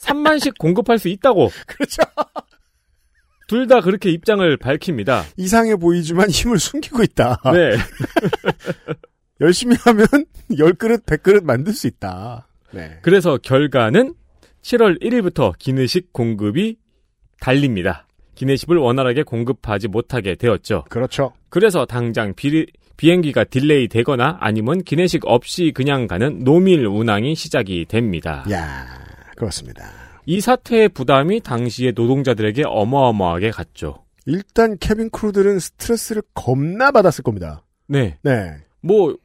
C: 3만씩 공급할 수 있다고.
B: 그렇죠.
C: 둘 다 그렇게 입장을 밝힙니다.
B: 이상해 보이지만 힘을 숨기고 있다.
C: 네.
B: 열심히 하면 10그릇, 100그릇 만들 수 있다. 네.
C: 그래서 결과는 7월 1일부터 기내식 공급이 달립니다. 기내식을 원활하게 공급하지 못하게 되었죠.
B: 그렇죠.
C: 그래서 당장 비, 비행기가 딜레이 되거나 아니면 기내식 없이 그냥 가는 노밀 운항이 시작이 됩니다.
B: 야 그렇습니다.
C: 이 사태의 부담이 당시의 노동자들에게 어마어마하게 갔죠.
B: 일단 케빈 크루들은 스트레스를 겁나 받았을 겁니다.
C: 네.
B: 네.
C: 뭐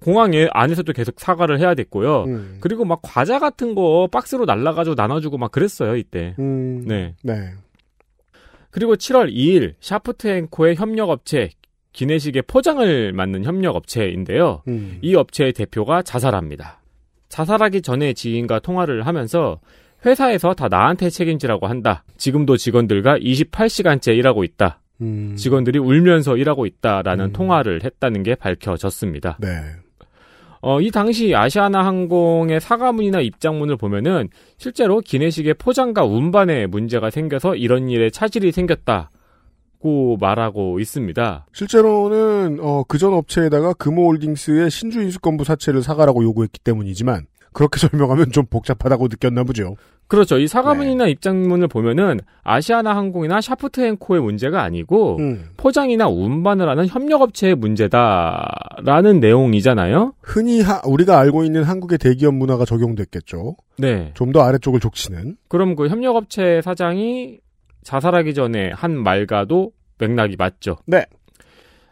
C: 공항에 안에서도 계속 사과를 해야 됐고요. 음. 그리고 막 과자 같은 거 박스로 날라가지고 나눠주고 막 그랬어요 이때.
B: 음.
C: 네.
B: 네.
C: 그리고 7월 2일 샤프트 앵코의 협력업체 기내식의 포장을 맡는 협력업체인데요. 음. 이 업체의 대표가 자살합니다. 자살하기 전에 지인과 통화를 하면서 회사에서 다 나한테 책임지라고 한다. 지금도 직원들과 28시간째 일하고 있다. 음. 직원들이 울면서 일하고 있다라는 음. 통화를 했다는 게 밝혀졌습니다.
B: 네.
C: 어, 이 당시 아시아나 항공의 사과문이나 입장문을 보면은 실제로 기내식의 포장과 운반에 문제가 생겨서 이런 일에 차질이 생겼다. 고 말하고 있습니다.
B: 실제로는 어, 그전 업체에다가 금호홀딩스의 신주 인수권부 사채를 사과라고 요구했기 때문이지만 그렇게 설명하면 좀 복잡하다고 느꼈나 보죠.
C: 그렇죠. 이 사과문이나 네. 입장문을 보면은 아시아나 항공이나 샤프트앤코의 문제가 아니고 음. 포장이나 운반을 하는 협력업체의 문제다라는 내용이잖아요.
B: 흔히 하, 우리가 알고 있는 한국의 대기업 문화가 적용됐겠죠.
C: 네.
B: 좀 더 아래쪽을 족치는.
C: 그럼 그 협력업체 사장이 자살하기 전에 한 말과도 맥락이 맞죠.
B: 네.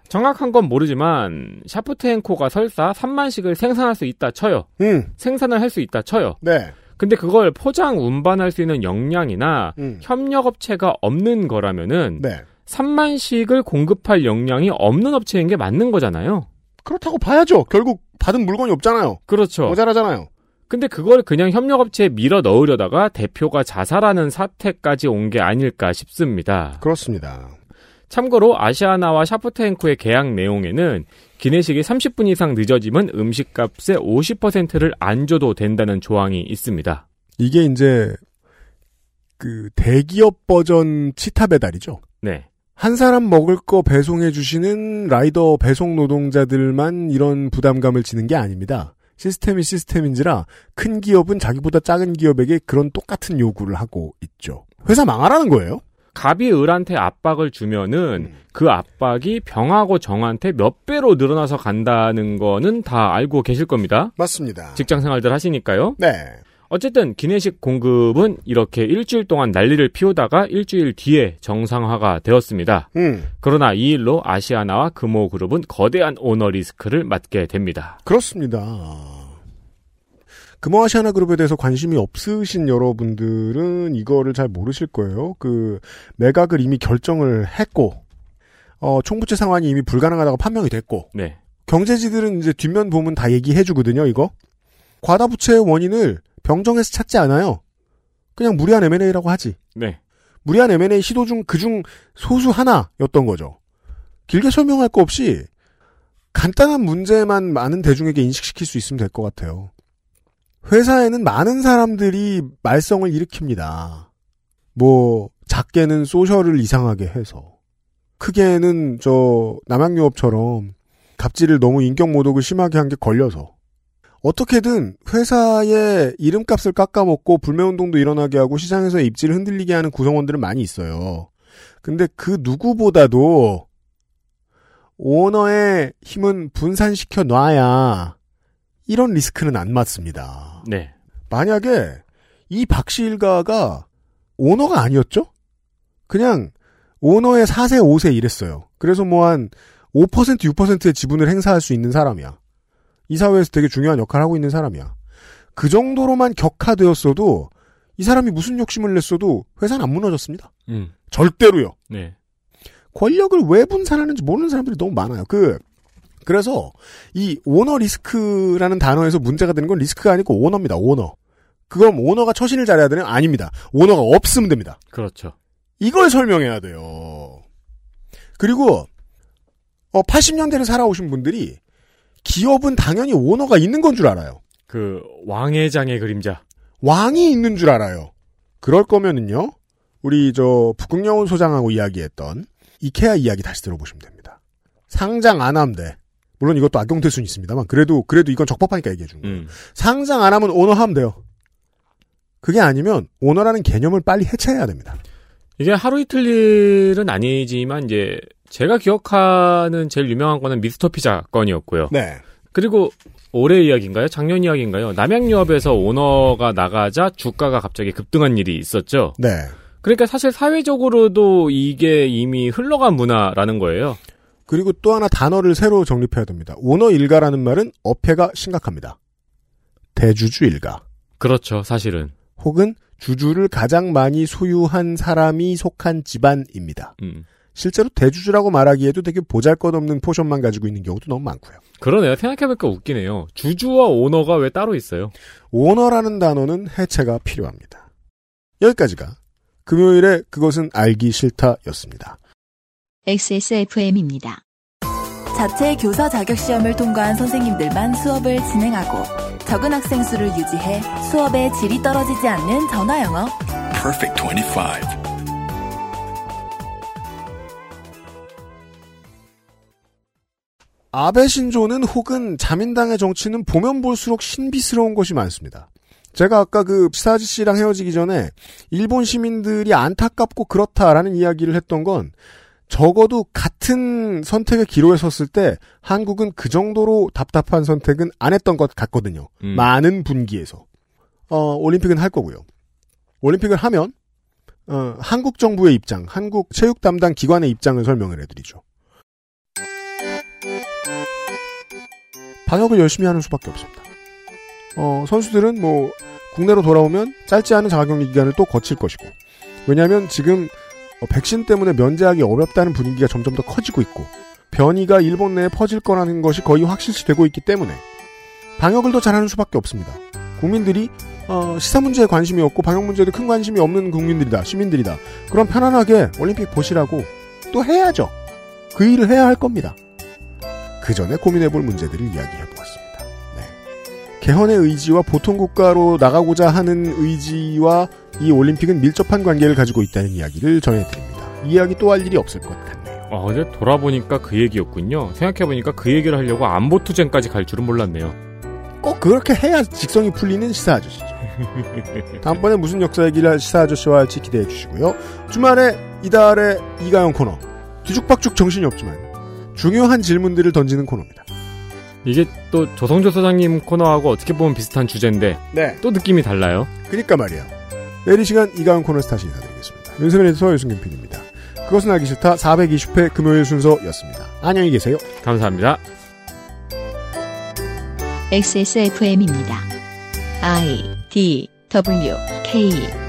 C: 정확한 건 모르지만 샤프트앤코가 설사 3만씩을 생산할 수 있다 쳐요.
B: 음.
C: 생산을 할 수 있다 쳐요.
B: 네.
C: 근데 그걸 포장 운반할 수 있는 역량이나 음. 협력업체가 없는 거라면은
B: 네.
C: 3만씩을 공급할 역량이 없는 업체인 게 맞는 거잖아요.
B: 그렇다고 봐야죠. 결국 받은 물건이 없잖아요.
C: 그렇죠.
B: 모자라잖아요.
C: 근데 그걸 그냥 협력업체에 밀어 넣으려다가 대표가 자살하는 사태까지 온 게 아닐까 싶습니다.
B: 그렇습니다.
C: 참고로 아시아나와 샤프트앵코의 계약 내용에는 기내식이 30분 이상 늦어지면 음식값의 50%를 안 줘도 된다는 조항이 있습니다.
B: 이게 이제 그 대기업 버전 치타 배달이죠.
C: 네.
B: 한 사람 먹을 거 배송해 주시는 라이더 배송 노동자들만 이런 부담감을 지는 게 아닙니다. 시스템이 시스템인지라 큰 기업은 자기보다 작은 기업에게 그런 똑같은 요구를 하고 있죠. 회사 망하라는 거예요?
C: 갑이 을한테 압박을 주면은 그 압박이 병하고 정한테 몇 배로 늘어나서 간다는 거는 다 알고 계실 겁니다.
B: 맞습니다.
C: 직장 생활들 하시니까요.
B: 네.
C: 어쨌든 기내식 공급은 이렇게 일주일 동안 난리를 피우다가 일주일 뒤에 정상화가 되었습니다.
B: 음.
C: 그러나 이 일로 아시아나와 금호그룹은 거대한 오너 리스크를 맞게 됩니다.
B: 그렇습니다. 금호아시아나 그룹에 대해서 관심이 없으신 여러분들은 이거를 잘 모르실 거예요. 그 매각을 이미 결정을 했고 어, 총부채 상환이 이미 불가능하다고 판명이 됐고
C: 네.
B: 경제지들은 이제 뒷면 보면 다 얘기해 주거든요. 이거 과다 부채의 원인을 병정에서 찾지 않아요. 그냥 무리한 M&A라고 하지.
C: 네.
B: 무리한 M&A 시도 중 그중 그 소수 하나였던 거죠. 길게 설명할 거 없이 간단한 문제만 많은 대중에게 인식시킬 수 있으면 될 것 같아요. 회사에는 많은 사람들이 말썽을 일으킵니다. 뭐 작게는 소셜을 이상하게 해서 크게는 저 남양유업처럼 갑질을 너무 인격 모독을 심하게 한 게 걸려서 어떻게든 회사의 이름값을 깎아먹고 불매운동도 일어나게 하고 시장에서 입지를 흔들리게 하는 구성원들은 많이 있어요. 근데 그 누구보다도 오너의 힘은 분산시켜 놔야 이런 리스크는 안 맞습니다.
C: 네.
B: 만약에 이 박씨 일가가 오너가 아니었죠? 그냥 오너의 4세, 5세 이랬어요. 그래서 뭐 한 5%, 6%의 지분을 행사할 수 있는 사람이야. 이 사회에서 되게 중요한 역할을 하고 있는 사람이야. 그 정도로만 격화되었어도 이 사람이 무슨 욕심을 냈어도 회사는 안 무너졌습니다.
C: 음.
B: 절대로요.
C: 네.
B: 권력을 왜 분산하는지 모르는 사람들이 너무 많아요. 그 그래서 이 오너 리스크라는 단어에서 문제가 되는 건 리스크가 아니고 오너입니다. 오너. 그럼 오너가 처신을 잘해야 되는 아닙니다. 오너가 없으면 됩니다.
C: 그렇죠.
B: 이걸 설명해야 돼요. 그리고 어 80년대를 살아오신 분들이 기업은 당연히 오너가 있는 건 줄 알아요.
C: 그 왕의 장의 그림자.
B: 왕이 있는 줄 알아요. 그럴 거면은요. 우리 저 북극여운 소장하고 이야기했던 이케아 이야기 다시 들어보시면 됩니다. 상장 안 하면 돼. 물론 이것도 악용될
C: 음.
B: 수는 있습니다만 그래도 그래도 이건 적법하니까 얘기해 준 거예요. 음. 상장 안 하면 오너 하면 돼요. 그게 아니면 오너라는 개념을 빨리 해체해야 됩니다.
C: 이게 하루 이틀 일은 아니지만 이제 제가 기억하는 제일 유명한 거는 미스터 피자 건이었고요.
B: 네.
C: 그리고 올해 이야기인가요? 작년 이야기인가요? 남양유업에서 오너가 나가자 주가가 갑자기 급등한 일이 있었죠.
B: 네.
C: 그러니까 사실 사회적으로도 이게 이미 흘러간 문화라는 거예요.
B: 그리고 또 하나 단어를 새로 정립해야 됩니다. 오너 일가라는 말은 어폐가 심각합니다. 대주주 일가.
C: 그렇죠, 사실은.
B: 혹은 주주를 가장 많이 소유한 사람이 속한 집안입니다.
C: 음.
B: 실제로 대주주라고 말하기에도 되게 보잘것없는 포션만 가지고 있는 경우도 너무 많고요.
C: 그러네요. 생각해보니까 웃기네요. 주주와 오너가 왜 따로 있어요?
B: 오너라는 단어는 해체가 필요합니다. 여기까지가 금요일에 그것은 알기 싫다였습니다.
A: XSFM입니다.
R: 자체 교사 자격 시험을 통과한 선생님들만 수업을 진행하고 적은 학생 수를 유지해 수업의 질이 떨어지지 않는 전화 영어.
S: Perfect 25.
B: 아베 신조는 혹은 자민당의 정치는 보면 볼수록 신비스러운 것이 많습니다. 제가 아까 그 시사지 씨랑 헤어지기 전에 일본 시민들이 안타깝고 그렇다라는 이야기를 했던 건 적어도 같은 선택의 기로에 섰을 때 한국은 그 정도로 답답한 선택은 안 했던 것 같거든요.
T: 음.
B: 많은 분기에서. 어, 올림픽은 할 거고요. 올림픽을 하면 어, 한국 정부의 입장, 한국 체육 담당 기관의 입장을 설명을 해드리죠. 방역을 열심히 하는 수밖에 없습니다. 어, 선수들은 뭐 국내로 돌아오면 짧지 않은 자가격리 기간을 또 거칠 것이고 왜냐하면 지금 어, 백신 때문에 면제하기 어렵다는 분위기가 점점 더 커지고 있고 변이가 일본 내에 퍼질 거라는 것이 거의 확실시 되고 있기 때문에 방역을 더 잘하는 수밖에 없습니다. 국민들이 어, 시사 문제에 관심이 없고 방역 문제에도 큰 관심이 없는 국민들이다, 시민들이다. 그럼 편안하게 올림픽 보시라고 또 해야죠. 그 일을 해야 할 겁니다. 그 전에 고민해볼 문제들을 이야기해보았습니다. 네. 개헌의 의지와 보통 국가로 나가고자 하는 의지와 이 올림픽은 밀접한 관계를 가지고 있다는 이야기를 전해드립니다. 이 이야기 또 할 일이 없을 것 같아요.
C: 아, 근데 돌아보니까 그 얘기였군요. 생각해보니까 그 얘기를 하려고 안보투쟁까지 갈 줄은 몰랐네요.
B: 꼭 그렇게 해야 직성이 풀리는 시사 아저씨죠. 다음번에 무슨 역사 얘기를 할 시사 아저씨와 할지 기대해 주시고요. 주말에 이달의 이가영 코너. 뒤죽박죽 정신이 없지만 중요한 질문들을 던지는 코너입니다.
C: 이게 또 조성조 소장님 코너하고 어떻게 보면 비슷한 주제인데
B: 네.
C: 또 느낌이 달라요.
B: 그러니까 말이에요. 내일 이 시간 이가영 코너에서 다시 인사드리겠습니다. 윤세민 에디터 유승균 PD입니다. 그것은 알기 싫다 420회 금요일 순서였습니다. 안녕히 계세요.
C: 감사합니다.
A: XSFM입니다. I D W K